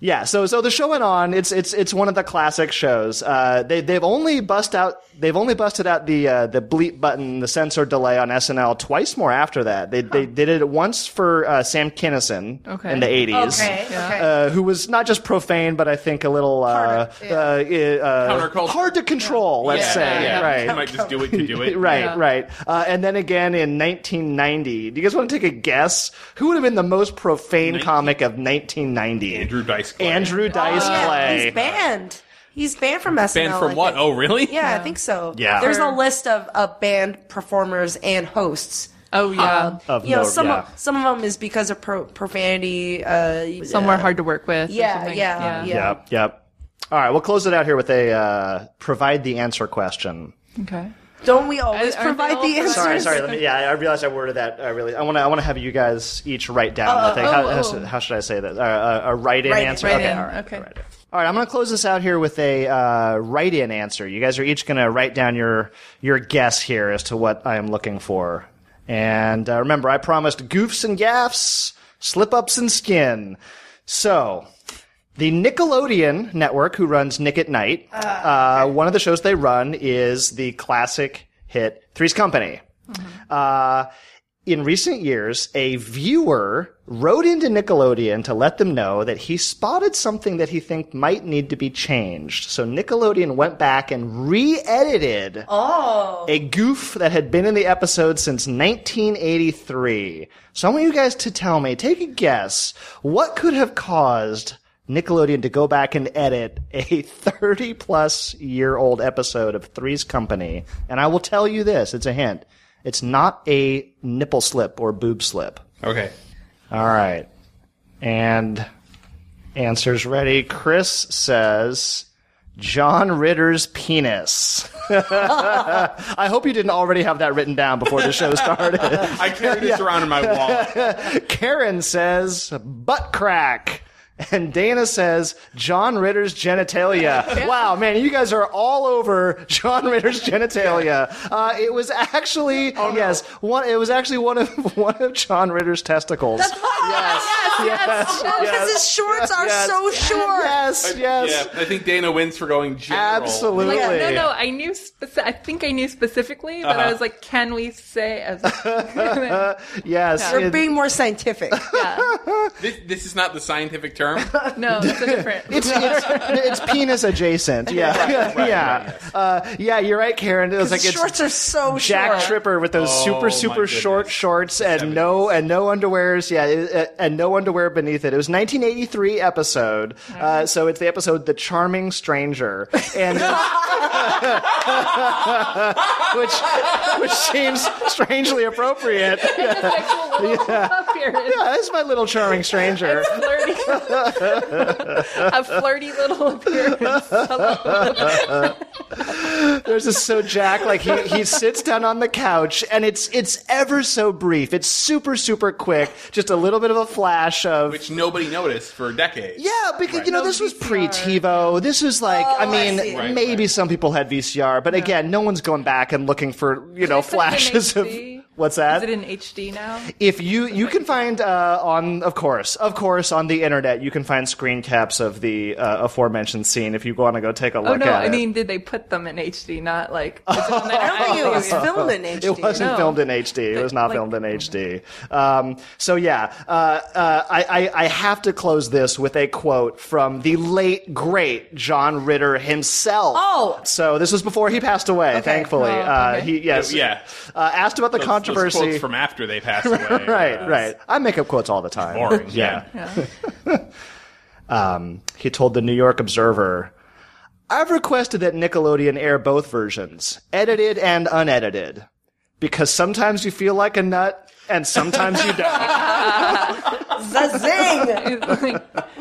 [SPEAKER 4] Yeah, so so the show went on. It's it's it's one of the classic shows. Uh, they they've only bust out they've only busted out the uh, the bleep button, the censor delay on SNL twice more after that. They they did it once for uh, Sam Kinison
[SPEAKER 2] Okay.
[SPEAKER 4] in the eighties,
[SPEAKER 1] Okay. Okay.
[SPEAKER 4] uh, who was not just profane, but I think a little uh, uh, uh,
[SPEAKER 3] Countercultural.
[SPEAKER 4] hard to control. Let's
[SPEAKER 3] yeah,
[SPEAKER 4] say
[SPEAKER 3] yeah.
[SPEAKER 4] right.
[SPEAKER 3] You might just do it to do it.
[SPEAKER 4] Right, right. Uh, and then again in 1990. Do you guys want to take a guess? Who would have been the most profane comic of 1990?
[SPEAKER 3] Andrew Dice Clay.
[SPEAKER 4] Andrew Dice
[SPEAKER 1] Oh, Yeah,
[SPEAKER 4] Clay.
[SPEAKER 1] He's banned. He's banned from SNL.
[SPEAKER 3] Banned from
[SPEAKER 1] I
[SPEAKER 3] what?
[SPEAKER 1] think.
[SPEAKER 3] Oh, really?
[SPEAKER 1] Yeah, I think so.
[SPEAKER 4] Yeah.
[SPEAKER 1] There's a
[SPEAKER 2] Or-
[SPEAKER 1] list of, of banned performers and hosts.
[SPEAKER 2] Oh yeah.
[SPEAKER 4] Of
[SPEAKER 1] you know,
[SPEAKER 4] note,
[SPEAKER 1] some
[SPEAKER 4] yeah.
[SPEAKER 1] of, some of them is because of pro- profanity. Uh,
[SPEAKER 2] Somewhere hard to work with. or
[SPEAKER 1] Yeah,
[SPEAKER 2] something.
[SPEAKER 1] yeah, yeah.
[SPEAKER 4] Yep, yep. All right, we'll close it out here with a uh, provide the answer question.
[SPEAKER 2] Okay.
[SPEAKER 1] don't we always
[SPEAKER 2] Aren't they
[SPEAKER 1] provide
[SPEAKER 2] all
[SPEAKER 1] the
[SPEAKER 2] provided?
[SPEAKER 1] answers?
[SPEAKER 4] Sorry, sorry. Let me, yeah, I realized I worded that. I really, I want to, I want to have you guys each write down.
[SPEAKER 1] Uh,
[SPEAKER 4] the thing.
[SPEAKER 2] oh,
[SPEAKER 4] how,
[SPEAKER 2] oh.
[SPEAKER 4] how should- how should I say that? Uh, uh, a write-in
[SPEAKER 1] Write-in,
[SPEAKER 4] answer.
[SPEAKER 2] write-in,
[SPEAKER 4] okay, all right.
[SPEAKER 2] okay.
[SPEAKER 4] all right. All right, I'm going to close this out here with a uh, write-in answer. You guys are each going to write down your your guess here as to what I am looking for. And uh, remember, I promised goofs and gaffs, slip ups and skin. So, the Nickelodeon network, who runs Nick at Night, uh, one of the shows they run is the classic hit Three's Company. Uh, in recent years, a viewer wrote into Nickelodeon to let them know that he spotted something that he think might need to be changed. So Nickelodeon went back and re-edited a goof that had been in the episode since 1983. So I want you guys to tell me, take a guess, what could have caused Nickelodeon to go back and edit a 30 plus year old episode of Three's Company? And I will tell you this, it's a hint. It's not a nipple slip or boob slip.
[SPEAKER 3] Okay.
[SPEAKER 4] All right. And answers ready. Chris says John Ritter's penis. I hope you didn't already have that written down before the show started.
[SPEAKER 3] I carry this around in my wallet.
[SPEAKER 4] Karen says butt crack. And Dana says John Ritter's genitalia. Wow, man, you guys are all over John Ritter's genitalia. Uh, it was actually yes, one. It was actually one of one of John Ritter's testicles. yes,
[SPEAKER 1] Because Oh, his shorts are
[SPEAKER 4] yes.
[SPEAKER 1] so short.
[SPEAKER 4] Yes, yes.
[SPEAKER 3] Yeah, I think Dana wins for going general.
[SPEAKER 4] Absolutely.
[SPEAKER 6] Like, no, no, I knew. Speci- I think I knew specifically, but
[SPEAKER 4] Uh-huh.
[SPEAKER 6] I was like, "Can we say?" As-
[SPEAKER 4] Yes.
[SPEAKER 1] We're
[SPEAKER 4] it-
[SPEAKER 1] being more scientific.
[SPEAKER 3] This, this is not the scientific term.
[SPEAKER 6] no, it's a different.
[SPEAKER 4] it's, it's, it's penis adjacent. Yeah. yeah. Uh, yeah, you're right, Karen. It was like
[SPEAKER 1] His
[SPEAKER 4] it's
[SPEAKER 1] shorts are so
[SPEAKER 4] Jack
[SPEAKER 1] short.
[SPEAKER 4] Tripper with those super
[SPEAKER 3] Oh my
[SPEAKER 4] super
[SPEAKER 3] goodness.
[SPEAKER 4] short shorts and no and no underwears. Yeah, it- uh, and no underwear beneath it. It was 1983 episode.
[SPEAKER 1] Mm-hmm.
[SPEAKER 4] Uh, so it's the episode "The Charming Stranger," and which which seems strangely appropriate. Yeah,
[SPEAKER 6] Sexual little appearance.
[SPEAKER 4] that's my little charming stranger.
[SPEAKER 6] Flirty. a flirty little appearance.
[SPEAKER 4] There's this so Jack like he he sits down on the couch and it's it's ever so brief. It's super super quick. Just a little bit of a flash of
[SPEAKER 3] which nobody noticed for decades.
[SPEAKER 4] Yeah, because you know this was pre TiVo. This was like
[SPEAKER 6] Oh,
[SPEAKER 4] I mean
[SPEAKER 1] see.
[SPEAKER 3] Right,
[SPEAKER 4] maybe some people had VCR, but again, no one's going back and looking for you know
[SPEAKER 6] it put it in
[SPEAKER 4] flashes of
[SPEAKER 6] HD?
[SPEAKER 4] what's that?
[SPEAKER 6] Is it in HD now?
[SPEAKER 4] if you you can find uh, on of course of course on the internet you can find screen caps of the uh, aforementioned scene if you want to go take a look
[SPEAKER 6] Oh no,
[SPEAKER 4] at
[SPEAKER 6] I
[SPEAKER 4] it.
[SPEAKER 6] mean, did they put them in HD? Not like. I
[SPEAKER 1] I
[SPEAKER 4] Oh,
[SPEAKER 1] don't think it was filmed in HD.
[SPEAKER 4] It wasn't
[SPEAKER 6] No.
[SPEAKER 4] filmed in HD. It was not
[SPEAKER 6] Like-
[SPEAKER 4] filmed in HD. Um, so yeah, uh, uh, I, I, I have to close this with a quote from the late great John Ritter himself.
[SPEAKER 1] Oh.
[SPEAKER 4] so this was before he passed away. Thankfully,
[SPEAKER 6] Oh,
[SPEAKER 4] uh,
[SPEAKER 6] okay.
[SPEAKER 4] he yes
[SPEAKER 3] Yeah.
[SPEAKER 4] uh, asked about the
[SPEAKER 3] Those- those
[SPEAKER 4] controversy.
[SPEAKER 3] quotes from after they passed away.
[SPEAKER 4] right,
[SPEAKER 3] uh,
[SPEAKER 4] right. I make up quotes all the time.
[SPEAKER 3] Boring.
[SPEAKER 4] Yeah.
[SPEAKER 3] Yeah.
[SPEAKER 4] Um, he told the New York Observer. I've requested that Nickelodeon air both versions, edited and unedited, because sometimes you feel like a nut and sometimes you don't.
[SPEAKER 1] Zazing!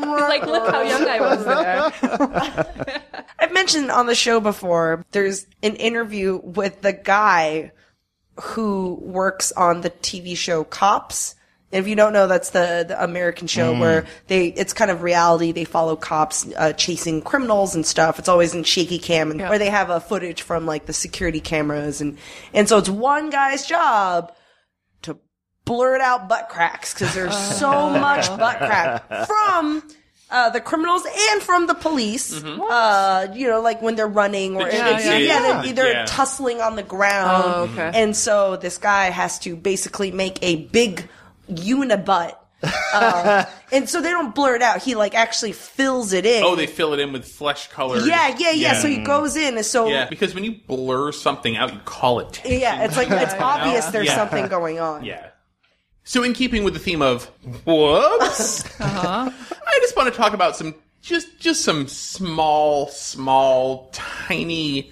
[SPEAKER 6] like, look how young I was there.
[SPEAKER 1] I've mentioned on the show before, there's an interview with the guy who works on the TV show Cops. And if you don't know, that's the, the American
[SPEAKER 4] Hmm.
[SPEAKER 1] show where they, it's kind of reality. They follow cops uh, chasing criminals and stuff. It's always in shaky cam and, or they have a footage from like the security cameras. And, and so it's one guy's job to blurt out butt cracks because there's so much butt crack from uh, the criminals and from the police. Uh, you know, like when they're running or
[SPEAKER 3] Mm-hmm. The
[SPEAKER 1] yeah,
[SPEAKER 3] chase scene.
[SPEAKER 1] they're, they're
[SPEAKER 3] Yeah.
[SPEAKER 1] tussling on the ground.
[SPEAKER 6] Oh, okay.
[SPEAKER 1] And so this guy has to basically make a big unibutt. uh, and so they don't blur it out. He like actually fills it in.
[SPEAKER 3] Oh, they fill it in with flesh color.
[SPEAKER 1] yeah, yeah, yeah, So he goes in, and so
[SPEAKER 3] Yeah,
[SPEAKER 1] yeah,
[SPEAKER 3] because when you blur something out, you call it. tissue.
[SPEAKER 1] it's like it's obvious there's
[SPEAKER 3] Yeah.
[SPEAKER 1] something going on.
[SPEAKER 3] Yeah. So, in keeping with the theme of whoops, I just want to talk about some just just some small, small, tiny,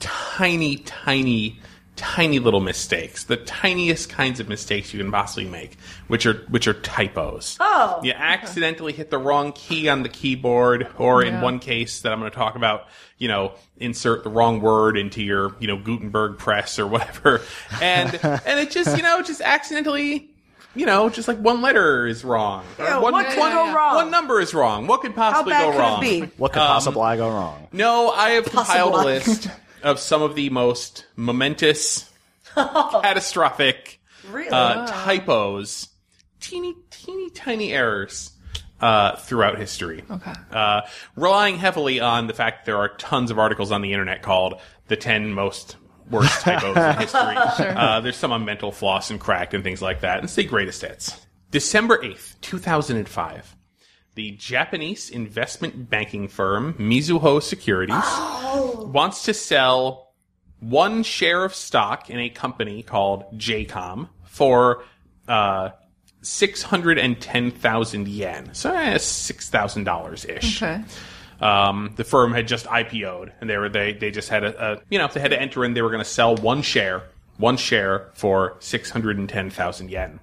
[SPEAKER 3] tiny, tiny, tiny little mistakes. The tiniest kinds of mistakes you can possibly make, which are which are typos. Oh, you accidentally hit the wrong key on the keyboard, or in one case that I'm going to talk about, you know, insert the wrong word into your you know Gutenberg press or whatever, and and it just you know just accidentally. You know, just like one letter is wrong. or
[SPEAKER 1] Yeah,
[SPEAKER 3] one,
[SPEAKER 1] what could
[SPEAKER 3] one-
[SPEAKER 1] go wrong?
[SPEAKER 3] One number is wrong. What could
[SPEAKER 1] How
[SPEAKER 3] possibly
[SPEAKER 1] bad
[SPEAKER 3] go
[SPEAKER 1] could
[SPEAKER 3] wrong?
[SPEAKER 1] it be?
[SPEAKER 4] What could
[SPEAKER 3] Um,
[SPEAKER 4] possibly go wrong?
[SPEAKER 3] No, I have compiled a
[SPEAKER 1] Possible.
[SPEAKER 3] list of some of the most momentous, catastrophic
[SPEAKER 1] Really?
[SPEAKER 3] uh, typos, teeny, teeny, tiny errors uh, throughout history. Okay. Uh, relying heavily on the fact that there are tons of articles on the internet called the 10 most worst typos in history. Uh, there's some on mental floss and cracked and things like that. It's the greatest hits. December 8th, 2005. The Japanese investment banking firm Mizuho Securities wants to sell one share of stock in a company called JCOM for uh, 610,000 yen. So eh, $6,000 ish.
[SPEAKER 2] Okay.
[SPEAKER 3] Um, the firm had just IPO'd, and they were they they just had a, a you know they had to enter in. They were going to sell one share, one share for six hundred and ten thousand yen.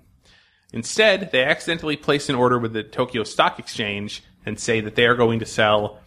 [SPEAKER 3] Instead, they accidentally place an order with the Tokyo Stock Exchange and say that they are going to sell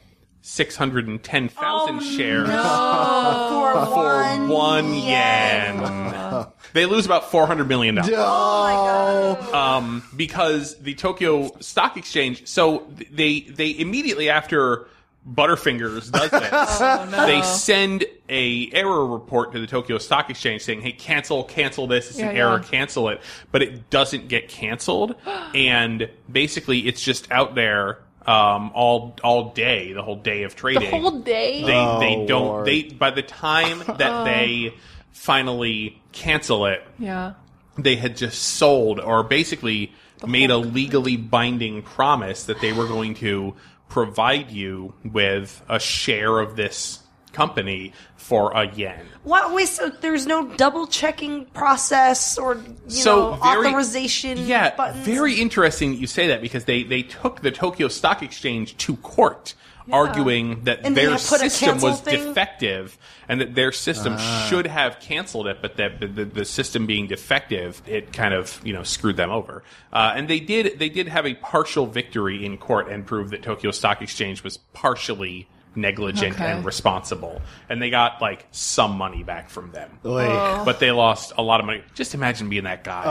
[SPEAKER 3] six hundred and ten thousand shares
[SPEAKER 1] For
[SPEAKER 3] for
[SPEAKER 1] one.
[SPEAKER 3] one yen. they lose about four hundred million dollars Um, because the Tokyo Stock Exchange. So th- they they immediately after Butterfingers does this, they send a error report to the Tokyo Stock Exchange saying, "Hey, cancel, cancel this. It's
[SPEAKER 2] Yeah,
[SPEAKER 3] an
[SPEAKER 2] yeah.
[SPEAKER 3] error. Cancel it." But it doesn't get canceled, and basically, it's just out there. Um, all all day, the whole day of
[SPEAKER 6] The
[SPEAKER 3] trading
[SPEAKER 6] whole day.
[SPEAKER 3] they they
[SPEAKER 4] Oh,
[SPEAKER 3] don't
[SPEAKER 4] Lord.
[SPEAKER 3] they by the time that they finally cancel it
[SPEAKER 2] Yeah.
[SPEAKER 3] they had just sold or basically made a legally binding promise that they were going to provide you with a share of this company for a yen
[SPEAKER 1] What was so there's no double checking process or you
[SPEAKER 3] so
[SPEAKER 1] know
[SPEAKER 3] very,
[SPEAKER 1] authorization
[SPEAKER 3] yeah
[SPEAKER 1] buttons?
[SPEAKER 3] very interesting that you say that because they they took the tokyo stock exchange to court arguing that
[SPEAKER 1] And they
[SPEAKER 3] their
[SPEAKER 1] put a
[SPEAKER 3] system was
[SPEAKER 1] cancel thing?
[SPEAKER 3] defective and that their system should have canceled it but that the, the, the system being defective it kind of you know screwed them over uh, and they did they did have a partial victory in court and proved that tokyo stock exchange was partially negligent
[SPEAKER 2] Okay.
[SPEAKER 3] and responsible and they got like some money back from them
[SPEAKER 4] Oy.
[SPEAKER 2] Oh.
[SPEAKER 3] but they lost a lot of money. Just imagine being that guy.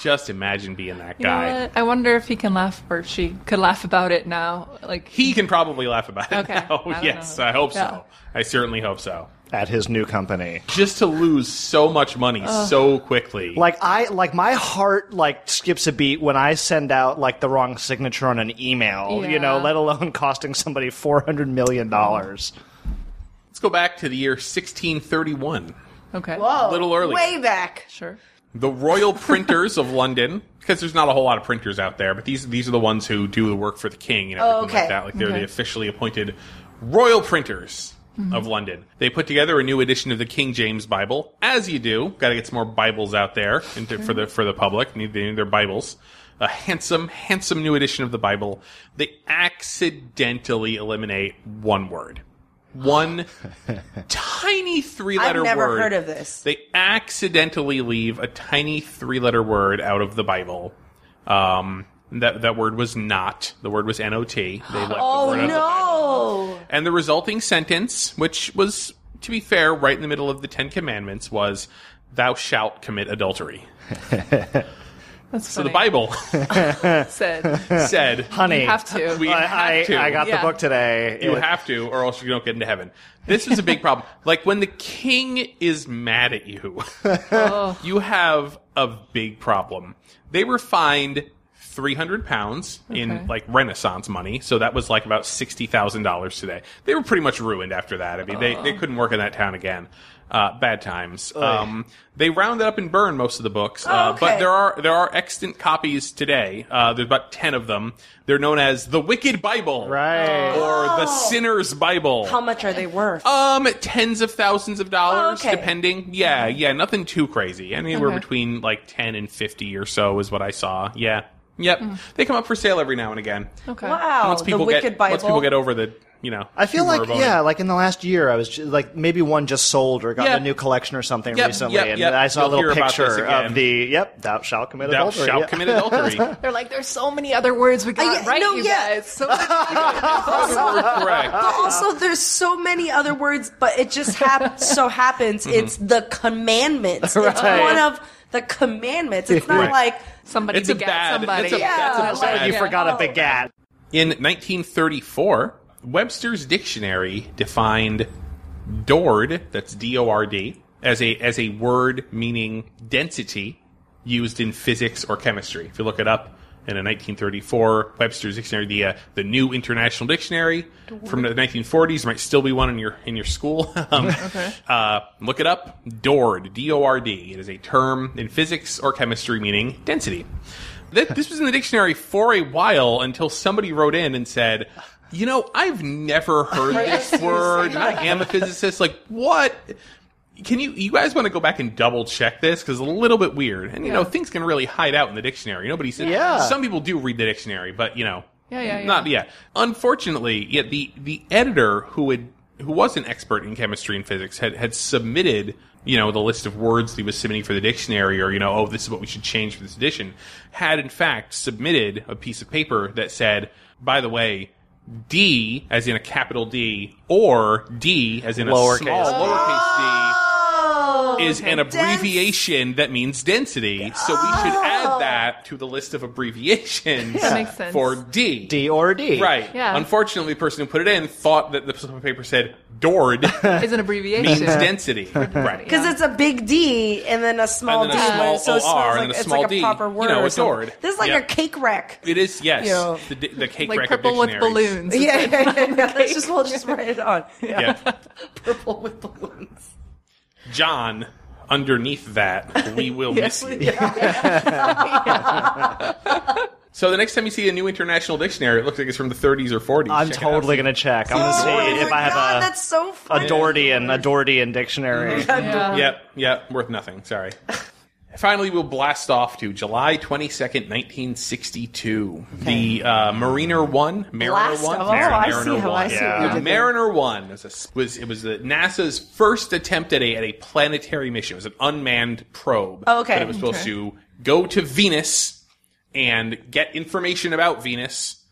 [SPEAKER 3] Just imagine being that
[SPEAKER 2] Oh. You know
[SPEAKER 3] guy.
[SPEAKER 2] what? I wonder if he can laugh or she could laugh about it now. Like
[SPEAKER 3] He can probably laugh about it.
[SPEAKER 2] Okay.
[SPEAKER 3] now.
[SPEAKER 2] I don't
[SPEAKER 3] yes,
[SPEAKER 2] know.
[SPEAKER 3] I hope
[SPEAKER 2] Yeah.
[SPEAKER 3] so. I certainly hope so.
[SPEAKER 4] At his new company.
[SPEAKER 3] Just to lose so much money so quickly.
[SPEAKER 4] Like I like my heart like skips a beat when I send out like the wrong signature on an email, you know,
[SPEAKER 2] Yeah.
[SPEAKER 4] let alone costing somebody 400 million dollars.
[SPEAKER 3] Let's go back to the year 1631.
[SPEAKER 2] okay.
[SPEAKER 1] Whoa,
[SPEAKER 3] A little early.
[SPEAKER 1] Way back.
[SPEAKER 2] Sure.
[SPEAKER 3] The Royal Printers of London, because there's not a whole lot of printers out there, but these these are the ones who do the work for the king and everything
[SPEAKER 1] Oh, okay.
[SPEAKER 3] like that. Like they're
[SPEAKER 2] Okay.
[SPEAKER 3] the officially appointed Royal Printers
[SPEAKER 1] Mm-hmm.
[SPEAKER 3] of London. They put together a new edition of the King James Bible, as you do. Got to get some more Bibles out there and to- for the for the public. Need, they need their Bibles. A handsome, handsome new edition of the Bible. They accidentally eliminate one word. One tiny three letter
[SPEAKER 1] I've never
[SPEAKER 3] word
[SPEAKER 1] heard of this.
[SPEAKER 3] they accidentally leave a tiny three letter word out of the Bible. Um, that that word was not. The word was N O T. They left the
[SPEAKER 1] Oh
[SPEAKER 3] word out of the Bible.
[SPEAKER 1] no.
[SPEAKER 3] And the resulting sentence, which was to be fair, right in the middle of the Ten Commandments, was Thou shalt commit adultery.
[SPEAKER 2] That's
[SPEAKER 3] So the Bible
[SPEAKER 2] said
[SPEAKER 3] said
[SPEAKER 4] Honey,
[SPEAKER 2] have to.
[SPEAKER 3] we have
[SPEAKER 4] I,
[SPEAKER 3] to.
[SPEAKER 4] I, I got
[SPEAKER 2] Yeah.
[SPEAKER 4] the book today.
[SPEAKER 3] You
[SPEAKER 4] It-
[SPEAKER 3] have to, or else you don't get into heaven. This is a big problem. Like when the king is mad at you, you have a big problem. They were fined three hundred pounds in
[SPEAKER 2] Okay.
[SPEAKER 3] like Renaissance money, so that was like about sixty thousand dollars today. They were pretty much ruined after that. I mean, they they couldn't work in that town again. Uh, bad times. Um, they rounded up and burned most of the books, uh, but
[SPEAKER 1] okay.
[SPEAKER 3] there are there are extant copies today. Uh, there's about ten of them. They're known as the Wicked Bible,
[SPEAKER 4] Right.
[SPEAKER 3] or the Sinner's Bible.
[SPEAKER 1] Oh. How much are they worth?
[SPEAKER 3] Um, tens of thousands of dollars,
[SPEAKER 1] Oh, okay.
[SPEAKER 3] depending. Yeah, yeah, nothing too crazy. Anywhere
[SPEAKER 2] Okay.
[SPEAKER 3] between like ten and fifty or so is what I saw. Yeah, yep. They come up for sale every now and again.
[SPEAKER 2] okay.
[SPEAKER 1] wow.
[SPEAKER 3] Once people
[SPEAKER 1] Mm. Oh, the Wicked
[SPEAKER 3] get
[SPEAKER 1] Bible.
[SPEAKER 3] once people get over the you know,
[SPEAKER 4] I feel
[SPEAKER 3] humor
[SPEAKER 4] like
[SPEAKER 3] of
[SPEAKER 4] yeah,
[SPEAKER 3] owning-
[SPEAKER 4] like in the last year, I was ju- like maybe one just sold or got
[SPEAKER 3] Yeah.
[SPEAKER 4] a new collection or something
[SPEAKER 3] Yep,
[SPEAKER 4] recently,
[SPEAKER 3] yep,
[SPEAKER 4] and
[SPEAKER 3] yep.
[SPEAKER 4] I saw
[SPEAKER 3] You'll
[SPEAKER 4] a little
[SPEAKER 3] hear about this
[SPEAKER 4] picture
[SPEAKER 3] again.
[SPEAKER 4] of the yep, thou shalt commit
[SPEAKER 3] thou
[SPEAKER 4] adultery.
[SPEAKER 3] shalt
[SPEAKER 4] yeah.
[SPEAKER 3] commit adultery.
[SPEAKER 2] They're like, there's so many other words we got
[SPEAKER 1] yeah,
[SPEAKER 2] right,
[SPEAKER 1] no,
[SPEAKER 2] you
[SPEAKER 1] yeah.
[SPEAKER 2] guys. So many-
[SPEAKER 3] Correct.
[SPEAKER 1] But also, there's so many other words, but it just hap- so happens
[SPEAKER 3] Mm-hmm.
[SPEAKER 1] it's the commandments. It's
[SPEAKER 4] Right.
[SPEAKER 1] one of the commandments. It's not
[SPEAKER 3] Right.
[SPEAKER 1] like
[SPEAKER 2] somebody
[SPEAKER 3] It's a
[SPEAKER 2] begat
[SPEAKER 3] bad-
[SPEAKER 2] somebody.
[SPEAKER 3] it's a-
[SPEAKER 2] yeah.
[SPEAKER 3] that's a
[SPEAKER 4] So
[SPEAKER 3] bad-
[SPEAKER 4] you
[SPEAKER 3] Yeah.
[SPEAKER 4] forgot a begat.
[SPEAKER 3] In 1934, Webster's dictionary defined "dord" that's D-O-R-D as a as a word meaning density used in physics or chemistry. If you look it up, and a 1934 Webster's Dictionary, the uh, the New International Dictionary from the 1940s. There might still be one in your in your school. um, uh, look it up. DORD, D-O-R-D. It is a term in physics or chemistry meaning density. Th- This was in the dictionary for a while until somebody wrote in and said. You know, I've never heard this word. and I am a physicist. Like, what? can you you guys want to go back and double check this because it's a little bit weird and you know things can really hide out in the dictionary nobody says
[SPEAKER 4] Yeah.
[SPEAKER 3] some people do read the dictionary but you know
[SPEAKER 2] Yeah, yeah, yeah.
[SPEAKER 3] not yeah unfortunately yeah the the editor who had who was an expert in chemistry and physics had had submitted you know the list of words he was submitting for the dictionary or you know oh this is what we should change for this edition had in fact submitted a piece of paper that said by the way D as in a capital D or D as in a
[SPEAKER 4] Lowercase
[SPEAKER 3] small
[SPEAKER 2] Oh.
[SPEAKER 4] d.
[SPEAKER 3] lowercase d
[SPEAKER 1] Oh,
[SPEAKER 3] is an abbreviation that means density. So we should add that to the list of abbreviations
[SPEAKER 2] Oh. That makes sense.
[SPEAKER 3] for D.
[SPEAKER 4] D or D.
[SPEAKER 3] Right.
[SPEAKER 2] Yeah.
[SPEAKER 3] Unfortunately, the person who put it in thought that the piece of paper said DORD
[SPEAKER 2] It's an abbreviation.
[SPEAKER 3] means density. Right.
[SPEAKER 1] Because it's a big D and then a small
[SPEAKER 3] And then a
[SPEAKER 1] D,
[SPEAKER 3] small
[SPEAKER 1] so it smells
[SPEAKER 3] OR, and
[SPEAKER 1] like,
[SPEAKER 3] then a
[SPEAKER 1] it's
[SPEAKER 3] small
[SPEAKER 1] like
[SPEAKER 3] D.
[SPEAKER 1] a proper
[SPEAKER 3] You
[SPEAKER 1] word.
[SPEAKER 3] know,
[SPEAKER 1] or something.
[SPEAKER 3] a sword.
[SPEAKER 1] This is like
[SPEAKER 3] Yeah.
[SPEAKER 1] a cake rack.
[SPEAKER 3] It is, yes.
[SPEAKER 1] Yeah.
[SPEAKER 3] The, di- the cake
[SPEAKER 2] like
[SPEAKER 3] record
[SPEAKER 2] purple with
[SPEAKER 3] dictionaries.
[SPEAKER 2] balloons.
[SPEAKER 1] Yeah, yeah, yeah, yeah. Let's just we'll just write it on. Yeah.
[SPEAKER 3] Yeah.
[SPEAKER 1] Purple with balloons.
[SPEAKER 3] John, underneath that, we will miss you. So the next time you see a new international dictionary, it looks like it's from the 30s or 40s.
[SPEAKER 4] I'm
[SPEAKER 3] Check it out.
[SPEAKER 4] totally gonna check. I'm gonna see
[SPEAKER 1] Oh
[SPEAKER 4] if
[SPEAKER 1] my
[SPEAKER 4] I have
[SPEAKER 1] God,
[SPEAKER 4] a
[SPEAKER 1] that's so
[SPEAKER 4] a
[SPEAKER 1] funny. Oh
[SPEAKER 4] Dordian a Dordian dictionary.
[SPEAKER 1] Uh,
[SPEAKER 3] Yep, yep, worth nothing. Sorry. Finally, we'll blast off to July 22nd, 1962. The uh, Mariner 1, Mariner
[SPEAKER 1] Blast
[SPEAKER 3] 1,
[SPEAKER 1] off. Oh, I
[SPEAKER 3] Mariner
[SPEAKER 1] see how I
[SPEAKER 3] 1.
[SPEAKER 1] see
[SPEAKER 4] what you
[SPEAKER 3] Yeah.
[SPEAKER 4] did there.
[SPEAKER 3] Mariner 1 was, a s was it was the NASA's first attempt at a, at a planetary mission. It was an unmanned probe.
[SPEAKER 1] Oh, okay.
[SPEAKER 3] That it was supposed
[SPEAKER 2] Okay.
[SPEAKER 3] to go to Venus and get information about Venus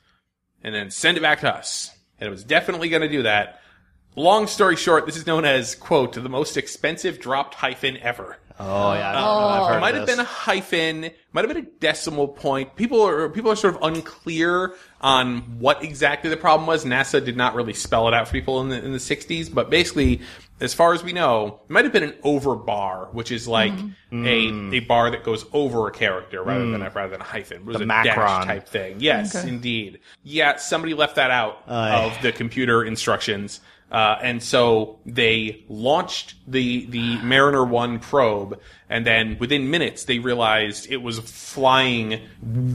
[SPEAKER 3] and then send it back to us. And it was definitely going to do that. Long story short, this is known as, quote, the most expensive dropped hyphen ever.
[SPEAKER 4] Oh yeah, I've, I've heard
[SPEAKER 3] It might
[SPEAKER 4] of
[SPEAKER 3] have
[SPEAKER 4] this.
[SPEAKER 3] been a hyphen, might have been a decimal point. People are people are sort of unclear on what exactly the problem was. NASA did not really spell it out for people in the in the sixties, but basically, as far as we know, it might have been an over bar, which is like a a bar that goes over a character rather than a, rather than a hyphen. It was
[SPEAKER 4] The
[SPEAKER 3] a
[SPEAKER 4] macron.
[SPEAKER 3] dash type thing. Yes, indeed. Yeah, somebody left that out
[SPEAKER 4] Aye.
[SPEAKER 3] of the computer instructions. Uh, and so they launched the the Mariner One probe, and then within minutes they realized it was flying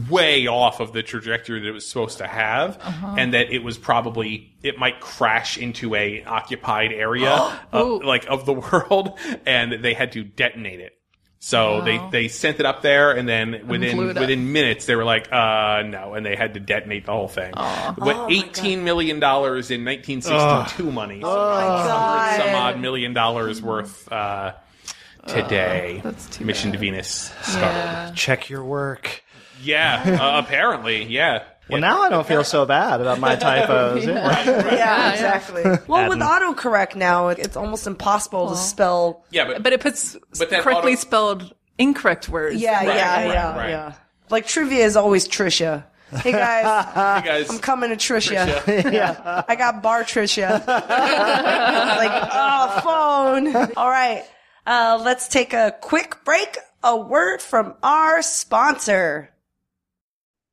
[SPEAKER 3] way off of the trajectory that it was supposed to have, and that it was probably it might crash into a occupied area, uh, like of the world, and they had to detonate it. So they, they sent it up there, and then
[SPEAKER 2] blew it
[SPEAKER 3] within
[SPEAKER 2] up.
[SPEAKER 3] within minutes they were like, uh, no, and they had to detonate the whole thing. What
[SPEAKER 2] Oh
[SPEAKER 3] eighteen million dollars in nineteen sixty two money?
[SPEAKER 2] Oh
[SPEAKER 1] God.
[SPEAKER 3] Some odd million dollars worth uh, today.
[SPEAKER 2] that's too
[SPEAKER 3] Mission to Venus scarred.
[SPEAKER 4] check your work.
[SPEAKER 3] Yeah, uh, apparently, yeah.
[SPEAKER 4] Well,
[SPEAKER 3] Yeah.
[SPEAKER 4] now I don't feel so bad about my typos. yeah.
[SPEAKER 1] Yeah, exactly. Well, with autocorrect now, it- it's almost impossible to spell.
[SPEAKER 3] yeah, but,
[SPEAKER 2] But it puts
[SPEAKER 3] But that
[SPEAKER 2] correctly
[SPEAKER 3] auto-
[SPEAKER 2] spelled incorrect words.
[SPEAKER 1] Yeah,
[SPEAKER 3] Right,
[SPEAKER 1] yeah,
[SPEAKER 3] right,
[SPEAKER 1] yeah,
[SPEAKER 3] right.
[SPEAKER 1] yeah. Like trivia is always Trisha. Hey guys,
[SPEAKER 3] you guys,
[SPEAKER 1] I'm coming to Trisha. Yeah. I got bar Trisha. like, oh, phone. All right. Uh, let's take a quick break. A word from our sponsor.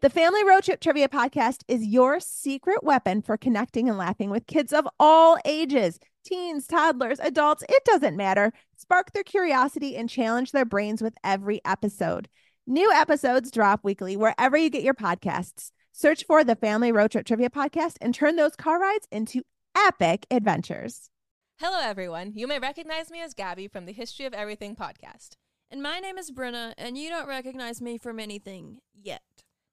[SPEAKER 7] The Family Road Trip Trivia Podcast is your secret weapon for connecting and laughing with kids of all ages teens, toddlers, adults, it doesn't matter. Spark their curiosity and challenge their brains with every episode. New episodes drop weekly wherever you get your podcasts. Search for the Family Road Trip Trivia Podcast and turn those car rides into epic adventures.
[SPEAKER 8] Hello, everyone. You may recognize me as Gabby from the History of Everything podcast.
[SPEAKER 9] And my name is Brenna, and you don't recognize me from anything yet.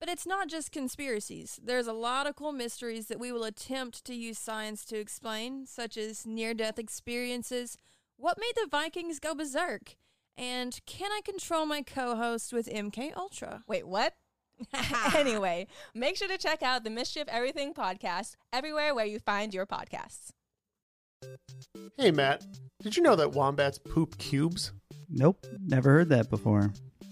[SPEAKER 9] But it's not just conspiracies. There's a lot of cool mysteries that we will attempt to use science to explain, such as near death experiences, what made the Vikings go berserk, and can I control my co host with MK Ultra?
[SPEAKER 8] Wait, what? anyway, make sure to check out the Mischief Everything podcast everywhere where you find your podcasts.
[SPEAKER 10] Hey, Matt, did you know that wombats poop cubes?
[SPEAKER 11] Nope, never heard that before.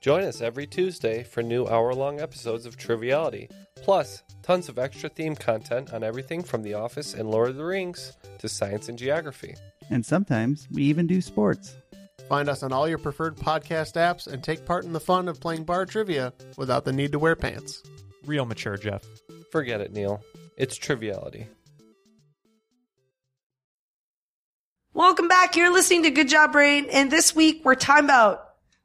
[SPEAKER 12] Join us every Tuesday for new hour long episodes of Triviality, plus tons of extra theme content on everything from The Office and Lord of the Rings to science and geography.
[SPEAKER 11] And sometimes we even do sports.
[SPEAKER 10] Find us on all your preferred podcast apps and take part in the fun of playing bar trivia without the need to wear pants.
[SPEAKER 13] Real mature, Jeff.
[SPEAKER 12] Forget it, Neil. It's Triviality.
[SPEAKER 1] Welcome back. You're listening to Good Job Brain, and this week we're talking about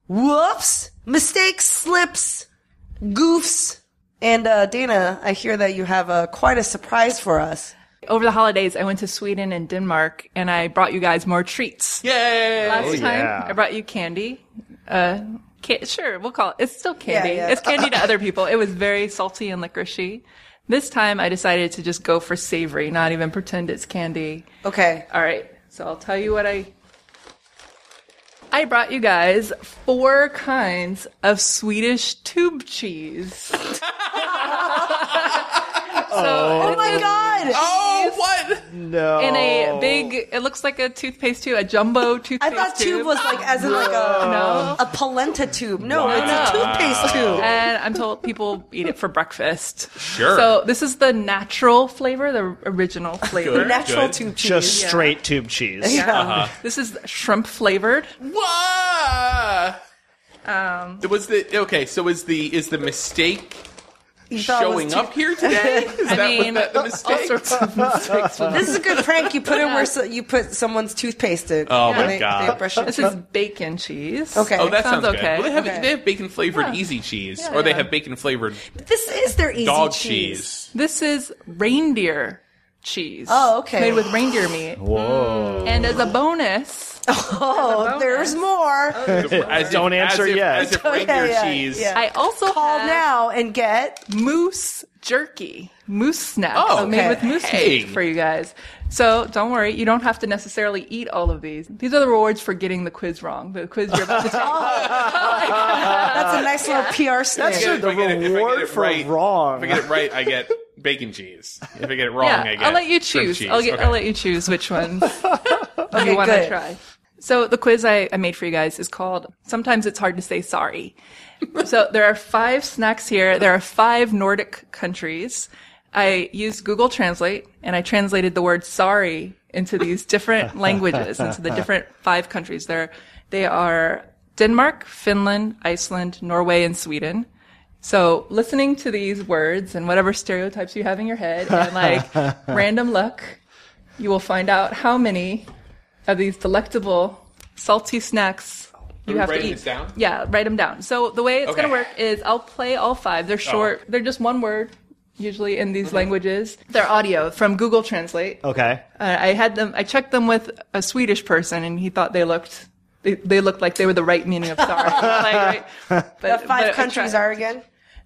[SPEAKER 1] whoops, mistakes, slips, goofs. And uh, Dana, I hear that you have uh, quite a surprise for us.
[SPEAKER 2] Over the holidays, I went to Sweden and Denmark, and I brought you guys more treats.
[SPEAKER 3] Yay!
[SPEAKER 2] Last
[SPEAKER 3] Oh,
[SPEAKER 2] time,
[SPEAKER 3] yeah.
[SPEAKER 2] I brought you candy. Uh, ca- sure, we'll call it. It's still candy.
[SPEAKER 6] yeah.
[SPEAKER 2] It's candy to other people. It was very salty and licoricey. This time, I decided to just go for savory, not even pretend it's candy.
[SPEAKER 1] Okay.
[SPEAKER 2] All right. So I'll tell you what I. I brought you guys four kinds of Swedish tube cheese.
[SPEAKER 1] oh my god!
[SPEAKER 3] Oh, what?
[SPEAKER 4] No.
[SPEAKER 2] in a big. It looks like a toothpaste too, a jumbo toothpaste.
[SPEAKER 1] I thought tube
[SPEAKER 2] tube.
[SPEAKER 1] was like as in like a
[SPEAKER 2] No.
[SPEAKER 1] a polenta tube. No,
[SPEAKER 2] Wow.
[SPEAKER 1] it's a toothpaste tube.
[SPEAKER 2] And I'm told people eat it for breakfast.
[SPEAKER 4] Sure.
[SPEAKER 2] So this is the natural flavor, the original flavor.
[SPEAKER 4] Just
[SPEAKER 2] Yeah.
[SPEAKER 4] straight tube cheese.
[SPEAKER 2] Yeah. This is shrimp flavored.
[SPEAKER 3] What?
[SPEAKER 2] Um,
[SPEAKER 3] Was the okay? So is the is the mistake
[SPEAKER 1] thought it was
[SPEAKER 3] showing
[SPEAKER 1] too-
[SPEAKER 3] up here today? Is
[SPEAKER 1] I
[SPEAKER 3] that
[SPEAKER 1] mean,
[SPEAKER 3] what that, the
[SPEAKER 1] all
[SPEAKER 3] mistake?
[SPEAKER 1] sorts of mistakes with this is a good prank you put in where so, you put someone's toothpaste in.
[SPEAKER 3] Oh
[SPEAKER 1] and
[SPEAKER 3] my
[SPEAKER 1] they-
[SPEAKER 3] God.
[SPEAKER 1] they brush it.
[SPEAKER 2] This is bacon cheese.
[SPEAKER 1] Okay.
[SPEAKER 3] Oh, that sounds, good.
[SPEAKER 2] okay.
[SPEAKER 3] Well, they have
[SPEAKER 2] Okay.
[SPEAKER 3] they have bacon flavored
[SPEAKER 2] Yeah.
[SPEAKER 3] easy cheese,
[SPEAKER 2] Yeah,
[SPEAKER 3] or they
[SPEAKER 2] yeah.
[SPEAKER 3] have bacon flavored
[SPEAKER 1] This is their easy
[SPEAKER 3] dog
[SPEAKER 1] cheese.
[SPEAKER 3] cheese.
[SPEAKER 2] This is reindeer cheese.
[SPEAKER 1] Oh, okay.
[SPEAKER 2] Made with reindeer meat.
[SPEAKER 4] Whoa.
[SPEAKER 2] And as a bonus,
[SPEAKER 1] Oh, there's more.
[SPEAKER 3] As if-
[SPEAKER 4] Don't answer
[SPEAKER 3] as if,
[SPEAKER 4] yet.
[SPEAKER 3] As if reindeer cheese.
[SPEAKER 2] I also
[SPEAKER 1] call
[SPEAKER 2] have
[SPEAKER 1] now and get
[SPEAKER 2] moose jerky, moose snacks
[SPEAKER 3] Oh,
[SPEAKER 2] made with
[SPEAKER 3] okay.
[SPEAKER 2] moose
[SPEAKER 3] Hey.
[SPEAKER 2] meat for you guys. So don't worry, you don't have to necessarily eat all of these. These are the rewards for getting the quiz wrong. The quiz you're about to take.
[SPEAKER 1] Oh,
[SPEAKER 2] uh,
[SPEAKER 1] That's a nice little PR
[SPEAKER 4] That's
[SPEAKER 1] stick.
[SPEAKER 4] the reward for wrong.
[SPEAKER 3] If I get it right, I get bacon cheese. If I get it wrong,
[SPEAKER 2] yeah,
[SPEAKER 3] I get.
[SPEAKER 2] will let you
[SPEAKER 3] shrimp
[SPEAKER 2] choose.
[SPEAKER 3] cheese.
[SPEAKER 2] I'll get.
[SPEAKER 3] Okay.
[SPEAKER 2] I'll let you choose which ones you want
[SPEAKER 1] good.
[SPEAKER 2] to try. So the quiz I, I made for you guys is called "Sometimes It's Hard to Say Sorry." so there are five snacks here. There are five Nordic countries. I used Google Translate and I translated the word "sorry" into these different languages, into the different five countries. There, they are Denmark, Finland, Iceland, Norway, and Sweden. So listening to these words and whatever stereotypes you have in your head and like random look, you will find out how many of these delectable salty snacks you
[SPEAKER 3] we
[SPEAKER 2] have to
[SPEAKER 3] writing
[SPEAKER 2] eat.
[SPEAKER 3] this down?
[SPEAKER 2] Yeah, write them down. So the way it's
[SPEAKER 3] Okay. Oh.
[SPEAKER 2] going to work is I'll play all five. They're short. They're just one word usually in
[SPEAKER 3] Mm-hmm.
[SPEAKER 2] these languages. They're audio from Google Translate.
[SPEAKER 4] Okay.
[SPEAKER 2] Uh, I had them. I checked them with a Swedish person, and he thought they looked they, they looked like they were the right meaning of sorry. Like, right? But-
[SPEAKER 1] the
[SPEAKER 2] but uh, I
[SPEAKER 1] five countries
[SPEAKER 2] tried.
[SPEAKER 1] are again.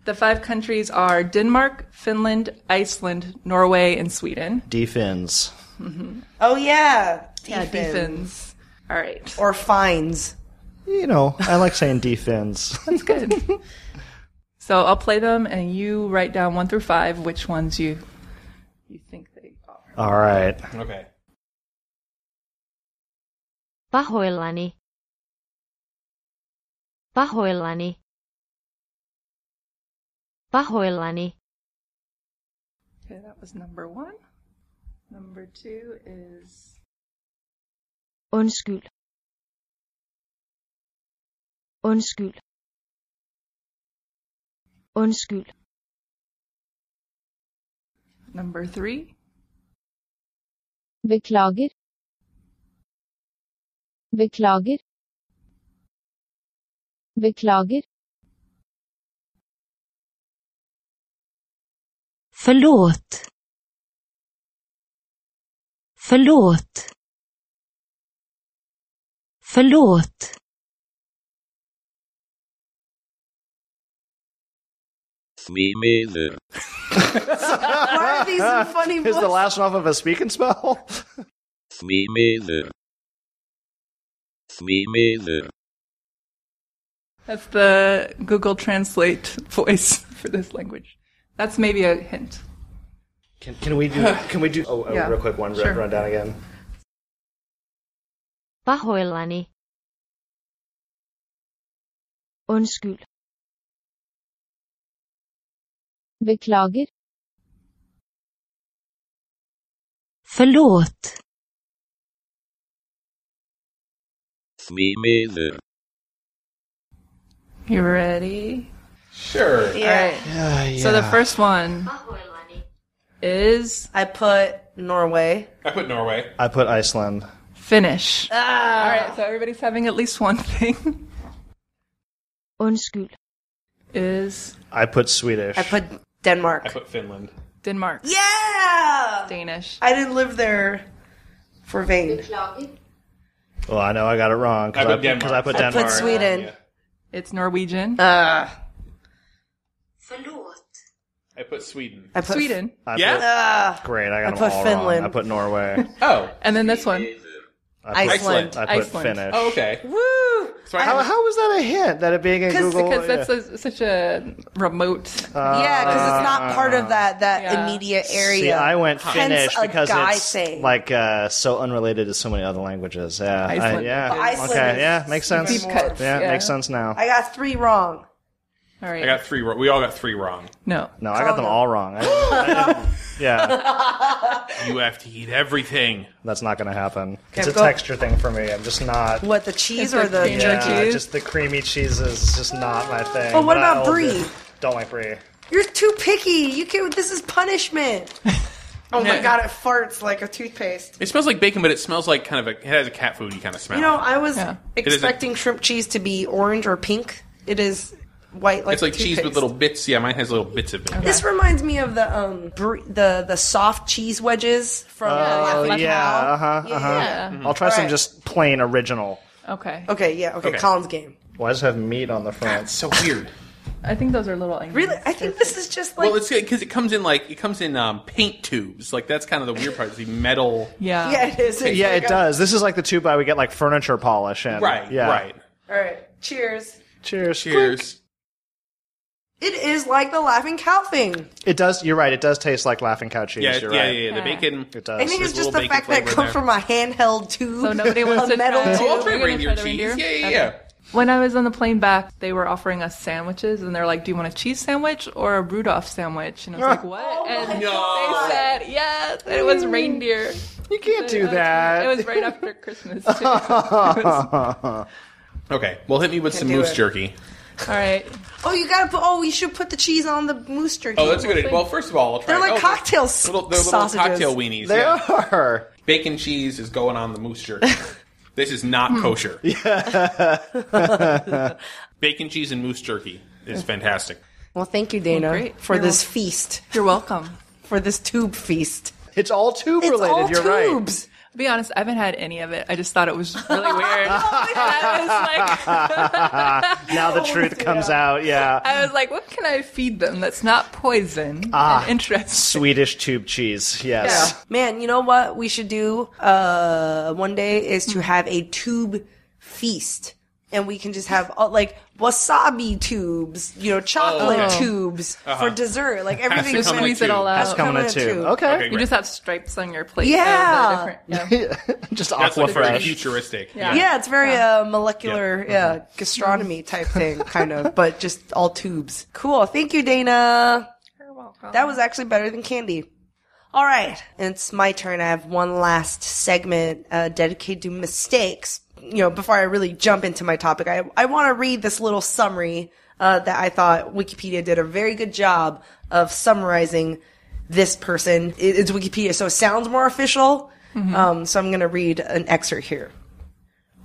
[SPEAKER 2] The five countries are Denmark, Finland, Iceland, Norway, and Sweden.
[SPEAKER 4] Defins.
[SPEAKER 1] Oh yeah, Defins.
[SPEAKER 2] Defins. All right.
[SPEAKER 1] or fines.
[SPEAKER 4] You know, I like saying defins.
[SPEAKER 2] That's good. so I'll play them, and you write down one through five which ones you you think they are.
[SPEAKER 4] All right.
[SPEAKER 3] Okay.
[SPEAKER 14] Pahoillani. Pahoillani. Pahoillani.
[SPEAKER 2] Okay, that was number one. Number two is
[SPEAKER 14] Undskyld. Undskyld. Undskyld.
[SPEAKER 2] Number three.
[SPEAKER 15] Beklager. Beklager. Beklager.
[SPEAKER 16] Förlåt. Förlåt. Förlåt.
[SPEAKER 17] Svi med.
[SPEAKER 1] Why are these in funny
[SPEAKER 4] Is the last one off of a speak and spell?
[SPEAKER 17] Svi med. Svi med.
[SPEAKER 2] That's the Google Translate voice for this language. That's maybe a hint.
[SPEAKER 4] Can, can we do? Can we do? Oh, oh,
[SPEAKER 2] Yeah.
[SPEAKER 4] real quick, one
[SPEAKER 2] Sure.
[SPEAKER 4] run rundown again.
[SPEAKER 14] Pahoillani. Undskyld.
[SPEAKER 15] Beklager.
[SPEAKER 16] Förlåt.
[SPEAKER 17] Svi med.
[SPEAKER 2] You ready?
[SPEAKER 3] Sure.
[SPEAKER 1] Yeah.
[SPEAKER 2] All right. So the
[SPEAKER 3] yeah.
[SPEAKER 2] first one is
[SPEAKER 1] I put Norway.
[SPEAKER 3] I put Norway.
[SPEAKER 4] I put Iceland.
[SPEAKER 2] Finish.
[SPEAKER 1] Ah.
[SPEAKER 2] All right. So everybody's having at least one thing.
[SPEAKER 14] Undskyld.
[SPEAKER 2] Is
[SPEAKER 4] I put Swedish.
[SPEAKER 1] I put Denmark. I
[SPEAKER 3] put Finland.
[SPEAKER 2] Denmark.
[SPEAKER 1] Yeah.
[SPEAKER 2] Danish.
[SPEAKER 1] I didn't live there for vain.
[SPEAKER 4] Well, I know I got it wrong
[SPEAKER 3] I put
[SPEAKER 4] because I,
[SPEAKER 3] Denmark.
[SPEAKER 4] 'cause I put
[SPEAKER 3] I put
[SPEAKER 4] Denmark.
[SPEAKER 1] Sweden.
[SPEAKER 2] It's Norwegian.
[SPEAKER 1] Uh,
[SPEAKER 3] I put Sweden.
[SPEAKER 1] I put Uh,
[SPEAKER 2] Sweden.
[SPEAKER 4] I put-
[SPEAKER 1] yeah.
[SPEAKER 4] Great, I got
[SPEAKER 1] I
[SPEAKER 4] them
[SPEAKER 1] put
[SPEAKER 4] all
[SPEAKER 1] Finland.
[SPEAKER 4] wrong. I put Norway.
[SPEAKER 3] Oh.
[SPEAKER 2] And then this one.
[SPEAKER 4] I put,
[SPEAKER 2] Iceland.
[SPEAKER 4] I put
[SPEAKER 2] Iceland.
[SPEAKER 4] Finnish.
[SPEAKER 3] Oh, okay.
[SPEAKER 1] Woo!
[SPEAKER 3] So
[SPEAKER 4] How, how was that a hint that it being in
[SPEAKER 2] Because
[SPEAKER 4] Google?
[SPEAKER 2] that's a, such a remote.
[SPEAKER 1] yeah, because it's not part of that that
[SPEAKER 2] Yeah.
[SPEAKER 1] immediate area.
[SPEAKER 4] See, I went
[SPEAKER 1] Hence
[SPEAKER 4] Finnish
[SPEAKER 1] a
[SPEAKER 4] because
[SPEAKER 1] guy
[SPEAKER 4] it's
[SPEAKER 1] saying.
[SPEAKER 4] like uh, so unrelated to so many other languages. Yeah, I-
[SPEAKER 2] Iceland.
[SPEAKER 4] yeah,
[SPEAKER 1] But Oh, Iceland
[SPEAKER 4] okay,
[SPEAKER 1] is
[SPEAKER 4] yeah, makes sense.
[SPEAKER 1] deep cuts,
[SPEAKER 4] yeah,
[SPEAKER 1] yeah.
[SPEAKER 4] makes sense now.
[SPEAKER 1] I got three wrong.
[SPEAKER 2] All right.
[SPEAKER 3] I got three. wrong. We all got three wrong.
[SPEAKER 2] No.
[SPEAKER 4] No, I got them all wrong. I- I- yeah,
[SPEAKER 3] You have to eat everything.
[SPEAKER 4] that's not going to happen.
[SPEAKER 3] Okay,
[SPEAKER 4] it's a
[SPEAKER 3] go-
[SPEAKER 4] texture thing for me. I'm just not.
[SPEAKER 1] What the cheese or the
[SPEAKER 4] yeah,
[SPEAKER 1] jerky?
[SPEAKER 4] Just the creamy cheese is just not my thing.
[SPEAKER 1] But what
[SPEAKER 4] I
[SPEAKER 1] about
[SPEAKER 4] also
[SPEAKER 1] brie?
[SPEAKER 4] Don't like brie.
[SPEAKER 1] You're too picky. You can. This is punishment. oh my
[SPEAKER 3] No.
[SPEAKER 1] god, it farts like a toothpaste.
[SPEAKER 3] It smells like bacon, but it smells like kind of a. It has a cat foody kind of smell.
[SPEAKER 1] You know, I was
[SPEAKER 3] It is a-
[SPEAKER 1] expecting shrimp cheese to be orange or pink. It is white like
[SPEAKER 3] it's like cheese with
[SPEAKER 1] toothpaste.
[SPEAKER 3] little bits. Yeah, mine has little bits of it.
[SPEAKER 1] This reminds me of the um br- the the soft cheese wedges from
[SPEAKER 4] Oh
[SPEAKER 1] Laugh-In
[SPEAKER 4] yeah,
[SPEAKER 1] Hall.
[SPEAKER 4] uh huh, uh
[SPEAKER 1] Yeah. uh-huh.
[SPEAKER 4] huh.
[SPEAKER 1] Mhm.
[SPEAKER 4] I'll try some
[SPEAKER 1] Alright.
[SPEAKER 4] just plain original.
[SPEAKER 2] Okay.
[SPEAKER 1] Okay, yeah, okay,
[SPEAKER 4] Okay.
[SPEAKER 1] Colin's game.
[SPEAKER 4] Why does it have meat on the front? That's
[SPEAKER 3] so weird.
[SPEAKER 2] I think those are little angles.
[SPEAKER 1] Really, I think this is just like
[SPEAKER 3] well, it's because it comes in like it comes in um, paint tubes. Like that's kind of the weird part. It's the metal.
[SPEAKER 2] Yeah.
[SPEAKER 1] Yeah, it is. It's
[SPEAKER 4] yeah,
[SPEAKER 1] like
[SPEAKER 4] it
[SPEAKER 1] a-
[SPEAKER 4] does. This is like the tube I would get like furniture polish in.
[SPEAKER 3] Right,
[SPEAKER 4] Yeah.
[SPEAKER 3] right.
[SPEAKER 1] All right, cheers.
[SPEAKER 4] Cheers.
[SPEAKER 3] Cheers.
[SPEAKER 1] It is like the laughing cow thing.
[SPEAKER 4] It does. You're right. It does taste like laughing cow cheese.
[SPEAKER 3] Yeah,
[SPEAKER 4] you're
[SPEAKER 3] yeah,
[SPEAKER 4] right.
[SPEAKER 3] yeah, yeah, the Yeah. bacon-
[SPEAKER 4] It does.
[SPEAKER 1] I think it's just the fact that it comes from a handheld tube.
[SPEAKER 2] So nobody
[SPEAKER 1] a
[SPEAKER 2] wants to
[SPEAKER 1] metal
[SPEAKER 2] try it.
[SPEAKER 1] tube.
[SPEAKER 2] We're gonna
[SPEAKER 3] reindeer
[SPEAKER 2] try the
[SPEAKER 3] cheese.
[SPEAKER 2] reindeer?
[SPEAKER 3] Yeah, yeah,
[SPEAKER 2] Okay.
[SPEAKER 3] yeah.
[SPEAKER 2] When I was on the plane back, they were offering us sandwiches, and they're like, "Do you want a cheese sandwich or a Rudolph sandwich?" And I was like, "What?"
[SPEAKER 1] Oh
[SPEAKER 2] and
[SPEAKER 6] God.
[SPEAKER 2] they said, "Yes." and it was reindeer.
[SPEAKER 4] You can't
[SPEAKER 2] do
[SPEAKER 4] that.
[SPEAKER 2] It was right after Christmas. Too.
[SPEAKER 3] Okay. Well, hit me with
[SPEAKER 1] Can't
[SPEAKER 3] some
[SPEAKER 1] do
[SPEAKER 3] moose
[SPEAKER 1] it.
[SPEAKER 3] jerky.
[SPEAKER 2] All right.
[SPEAKER 1] Oh, you gotta put. Oh, you should put the cheese on the moose jerky.
[SPEAKER 3] Oh, that's a good idea. Well, first of all, I'll try.
[SPEAKER 1] They're like
[SPEAKER 3] oh,
[SPEAKER 1] cocktail
[SPEAKER 3] little, they're little
[SPEAKER 1] sausages.
[SPEAKER 3] cocktail weenies.
[SPEAKER 4] They
[SPEAKER 3] yeah.
[SPEAKER 4] are.
[SPEAKER 3] Bacon cheese is going on the moose jerky. this is not
[SPEAKER 1] Hmm.
[SPEAKER 3] kosher.
[SPEAKER 4] Yeah.
[SPEAKER 3] Bacon cheese and moose jerky is fantastic.
[SPEAKER 1] Well, thank you, Dana,
[SPEAKER 2] great.
[SPEAKER 1] for
[SPEAKER 2] You're
[SPEAKER 1] this
[SPEAKER 2] welcome.
[SPEAKER 1] feast.
[SPEAKER 2] You're welcome.
[SPEAKER 1] For this tube feast.
[SPEAKER 4] It's all tube related. you're
[SPEAKER 1] tubes.
[SPEAKER 2] To be honest, I haven't had any of it. I just thought it was really weird. I was like,
[SPEAKER 4] right. now the truth comes out. Yeah.
[SPEAKER 2] I was like, what can I feed them that's not poison?
[SPEAKER 4] Ah.
[SPEAKER 2] and interest.
[SPEAKER 4] Swedish tube cheese.
[SPEAKER 1] Yeah.
[SPEAKER 4] Yes.
[SPEAKER 1] Man, you know what we should do uh, one day is to have a tube feast. And we can just have uh, like wasabi tubes, you know, chocolate
[SPEAKER 2] Oh, okay.
[SPEAKER 1] tubes
[SPEAKER 2] Uh-huh.
[SPEAKER 1] for dessert. Like
[SPEAKER 2] Has to
[SPEAKER 1] everything's
[SPEAKER 2] come in a Squeeze it all tube. out.
[SPEAKER 1] Oh,
[SPEAKER 4] That's coming in a tube. Okay.
[SPEAKER 2] you just have stripes on your plate.
[SPEAKER 1] Yeah.
[SPEAKER 2] of the different-
[SPEAKER 4] just
[SPEAKER 3] That's
[SPEAKER 4] aqua
[SPEAKER 3] like very
[SPEAKER 4] fresh.
[SPEAKER 3] futuristic.
[SPEAKER 1] Yeah. Mm-hmm. it's very uh, molecular, yeah, gastronomy type thing, kind of, but just all tubes. Cool. Thank you, Dana. You're welcome. That was actually better than candy. All right, it's my turn. I have one last segment uh, dedicated to mistakes. you know, before I really jump into my topic, I, I want to read this little summary uh, that I thought Wikipedia did a very good job of summarizing this person. It, it's Wikipedia, so it sounds more official.
[SPEAKER 18] Mhm.
[SPEAKER 1] Um, so I'm going to read an excerpt here.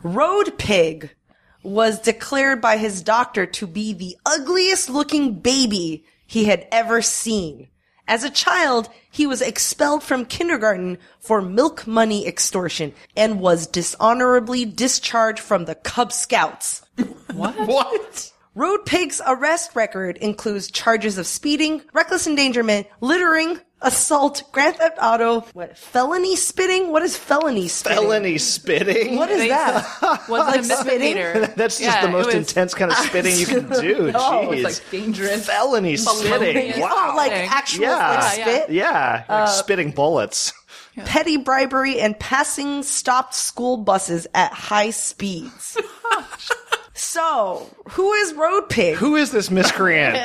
[SPEAKER 1] Road Pig was declared by his doctor to be the ugliest looking baby he had ever seen. As a child, he was expelled from kindergarten for milk money extortion and was dishonorably discharged from the Cub Scouts. What? what? Road Pig's arrest record includes charges of speeding, reckless endangerment, littering, assault, grand theft auto, what, felony spitting? What is felony spitting?
[SPEAKER 4] Felony spitting?
[SPEAKER 1] What is
[SPEAKER 4] They-
[SPEAKER 1] that?
[SPEAKER 4] Like
[SPEAKER 1] Wasn't
[SPEAKER 4] spitting? That's just the most intense kind of spitting you can do. Jeez.
[SPEAKER 1] dangerous.
[SPEAKER 4] Felony spitting. Wow.
[SPEAKER 1] Oh, like actual
[SPEAKER 4] yeah.
[SPEAKER 1] like spit.
[SPEAKER 4] Yeah.
[SPEAKER 1] Uh,
[SPEAKER 4] like spitting bullets.
[SPEAKER 1] Petty bribery and passing stopped school buses at high speeds. so, who is Road Pig?
[SPEAKER 4] Who is this miscreant?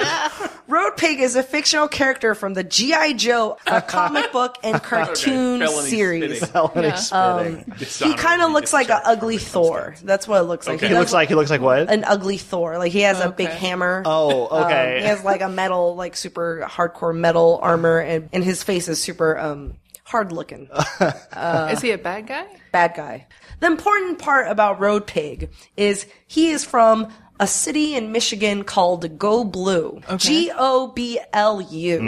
[SPEAKER 1] Road Pig is a fictional character from the G.I. Joe uh, comic book and cartoon
[SPEAKER 4] Okay, felony
[SPEAKER 1] series.
[SPEAKER 4] spitting. Felony
[SPEAKER 1] Um, he kind of looks like an ugly Thor. That's what it looks like.
[SPEAKER 4] He looks like he looks like what?
[SPEAKER 1] an ugly Thor. Like he has a big hammer.
[SPEAKER 4] Oh, okay.
[SPEAKER 1] Um, he has like a metal, like super hardcore metal armor, and, and his face is super um hard looking. Uh,
[SPEAKER 2] Is he a bad guy?
[SPEAKER 1] bad guy? The important part about Road Pig is he is from a city in Michigan called Go Blue. G O B L U.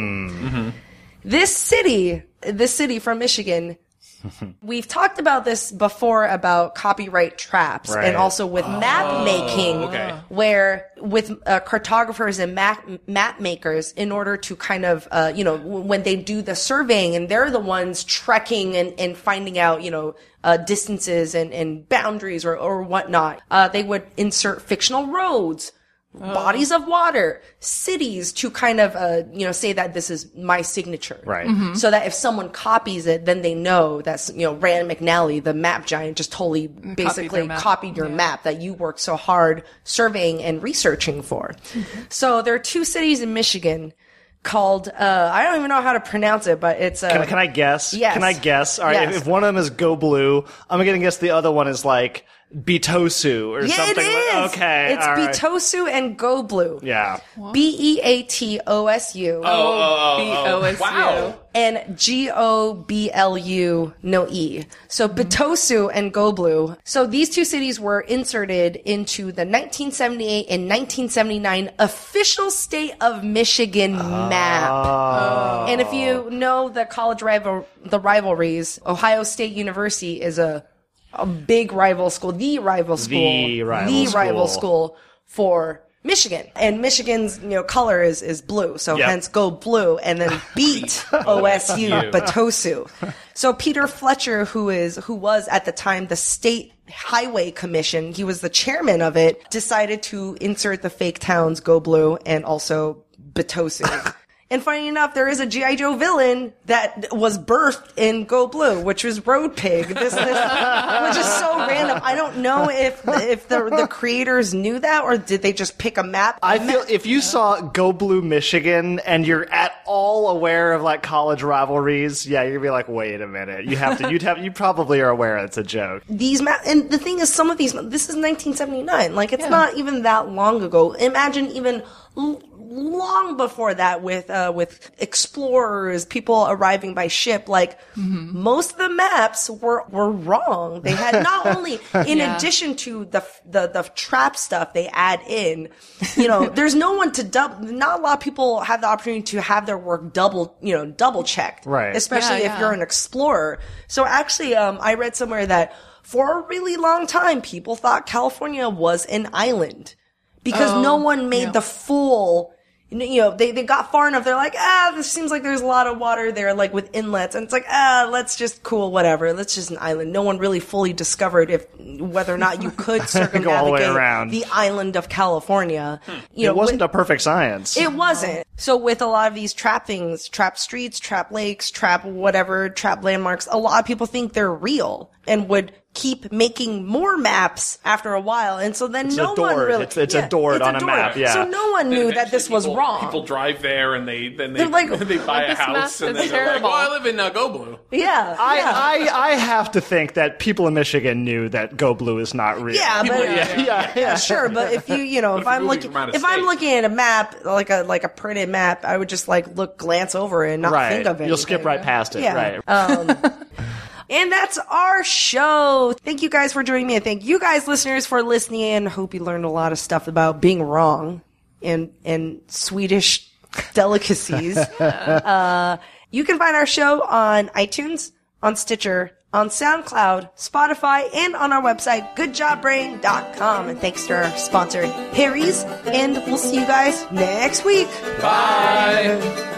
[SPEAKER 1] This city, this city from Michigan, we've talked about this before about copyright traps
[SPEAKER 18] Right. Oh,
[SPEAKER 1] and also with map making,
[SPEAKER 18] okay.
[SPEAKER 1] where with uh, cartographers and map, map makers, in order to kind of, uh, you know, w- when they do the surveying and they're the ones trekking and, and finding out, you know, uh, distances and, and boundaries or, or whatnot, uh, they would insert fictional roads
[SPEAKER 4] Oh.
[SPEAKER 1] bodies of water, cities to kind of, uh, you know, say that this is my signature.
[SPEAKER 18] Right. Mhm.
[SPEAKER 1] So that if someone copies it, then they know that's, you know, Rand McNally, the map giant, just totally basically
[SPEAKER 18] map.
[SPEAKER 1] copied your map that you worked so hard surveying and researching for. So there are two cities in Michigan called, uh, I don't even know how to pronounce it, but it's, uh,
[SPEAKER 4] Can, I- can I guess?
[SPEAKER 1] Yes.
[SPEAKER 4] Can I guess? All right.
[SPEAKER 1] Yes.
[SPEAKER 4] If, if one of them is Go Blue, I'm going to guess the other one is like Bitosu or
[SPEAKER 1] yeah,
[SPEAKER 4] something.
[SPEAKER 1] it is.
[SPEAKER 4] Okay.
[SPEAKER 1] It's
[SPEAKER 4] all right.
[SPEAKER 1] Bitosu and Go Blue.
[SPEAKER 4] Yeah.
[SPEAKER 1] B E A T O S U.
[SPEAKER 4] oh, oh, oh.
[SPEAKER 1] B-O-S-U.
[SPEAKER 4] Wow.
[SPEAKER 1] And G O B L U, no E. So Bitosu and Goblu. So these two cities were inserted into the 1978 and 1979 official state of Michigan map. And if you know the college rival, the rivalries, Ohio State University is a, a big rival school, the rival school,
[SPEAKER 4] The rival
[SPEAKER 1] the rival
[SPEAKER 4] school.
[SPEAKER 1] school for Michigan. And Michigan's, you know, color is, is blue. So
[SPEAKER 18] Yep.
[SPEAKER 1] hence go blue and then beat OSU,
[SPEAKER 18] OSU.
[SPEAKER 1] Batosu. So Peter Fletcher, who is, who was at the time the state highway commission, he was the chairman of it, decided to insert the fake towns, go blue and also Batosu. And funny enough, there is a GI Joe villain that was birthed in Go Blue, which was Road Pig. This, this, which is so random. I don't know if if the the creators knew that or did they just pick a map.
[SPEAKER 4] I feel if you saw Go Blue Michigan and you're at all aware of like college rivalries, yeah, you're gonna be like, wait a minute, you have to, you'd have, you probably are aware it's a joke.
[SPEAKER 1] These map, and the thing is, some of these. This is 1979. Like it's not even that long ago. Imagine even l- long before that with uh, with explorers, people arriving by ship. Like
[SPEAKER 18] Mm-hmm.
[SPEAKER 1] most of the maps were were wrong. They had not only in
[SPEAKER 18] Yeah.
[SPEAKER 1] addition to the the the trap stuff they add in. You know, there's no one to double. Not a lot of people have the opportunity to have their work double. You know, double checked.
[SPEAKER 18] Right.
[SPEAKER 1] Especially
[SPEAKER 18] Yeah,
[SPEAKER 1] if
[SPEAKER 18] yeah.
[SPEAKER 1] you're an explorer. So actually, um, I read somewhere that for a really long time, people thought California was an island because
[SPEAKER 18] Oh,
[SPEAKER 1] no one made the full. You know, they, they got far enough. They're like, ah, this seems like there's a lot of water there, like with inlets. And it's like, ah, let's just cool, whatever. Let's just an island. No one really fully discovered if whether or not you could
[SPEAKER 4] Go all the way
[SPEAKER 1] circumnavigate
[SPEAKER 4] around. Hmm.
[SPEAKER 1] the island of California. You know,
[SPEAKER 4] it wasn't a perfect science.
[SPEAKER 1] it wasn't. So with a lot of these trap things, trap streets, trap lakes, trap whatever, trap landmarks, a lot of people think they're real and would keep making more maps after a while, and so then
[SPEAKER 4] It's
[SPEAKER 1] no
[SPEAKER 4] a
[SPEAKER 1] one
[SPEAKER 4] door.
[SPEAKER 1] really
[SPEAKER 4] It's, it's a door on a
[SPEAKER 1] door.
[SPEAKER 4] map. Yeah.
[SPEAKER 1] So no one knew that this was wrong.
[SPEAKER 3] People drive there and they then they
[SPEAKER 1] They're like, "Oh,
[SPEAKER 3] they buy a
[SPEAKER 1] "This
[SPEAKER 3] house
[SPEAKER 1] map
[SPEAKER 3] and
[SPEAKER 1] is
[SPEAKER 3] then they're like,
[SPEAKER 1] terrible."
[SPEAKER 3] "Well, I live in uh, Go Blue."
[SPEAKER 1] yeah,
[SPEAKER 4] I,
[SPEAKER 1] yeah.
[SPEAKER 4] I I have to think that people in Michigan knew that Go Blue is not real.
[SPEAKER 1] Yeah, but
[SPEAKER 4] yeah,
[SPEAKER 1] sure. But if you, you know, if
[SPEAKER 4] But if you're
[SPEAKER 1] I'm
[SPEAKER 4] moving
[SPEAKER 1] looking,
[SPEAKER 4] from out of
[SPEAKER 1] if I'm looking at a map, like a like a printed map, I would just like look, glance over it, and not
[SPEAKER 4] Right.
[SPEAKER 1] think of it.
[SPEAKER 4] You'll skip right past it, right.
[SPEAKER 1] Um, and that's our show. Thank you guys for joining me, and thank you guys, listeners, for listening. And hope you learned a lot of stuff about being wrong and and Swedish delicacies. uh, you can find our show on iTunes, on Stitcher, on SoundCloud, Spotify, and on our website, goodjobbrain.com. And thanks to our sponsor, Harry's. And we'll see you guys next week.
[SPEAKER 3] Bye.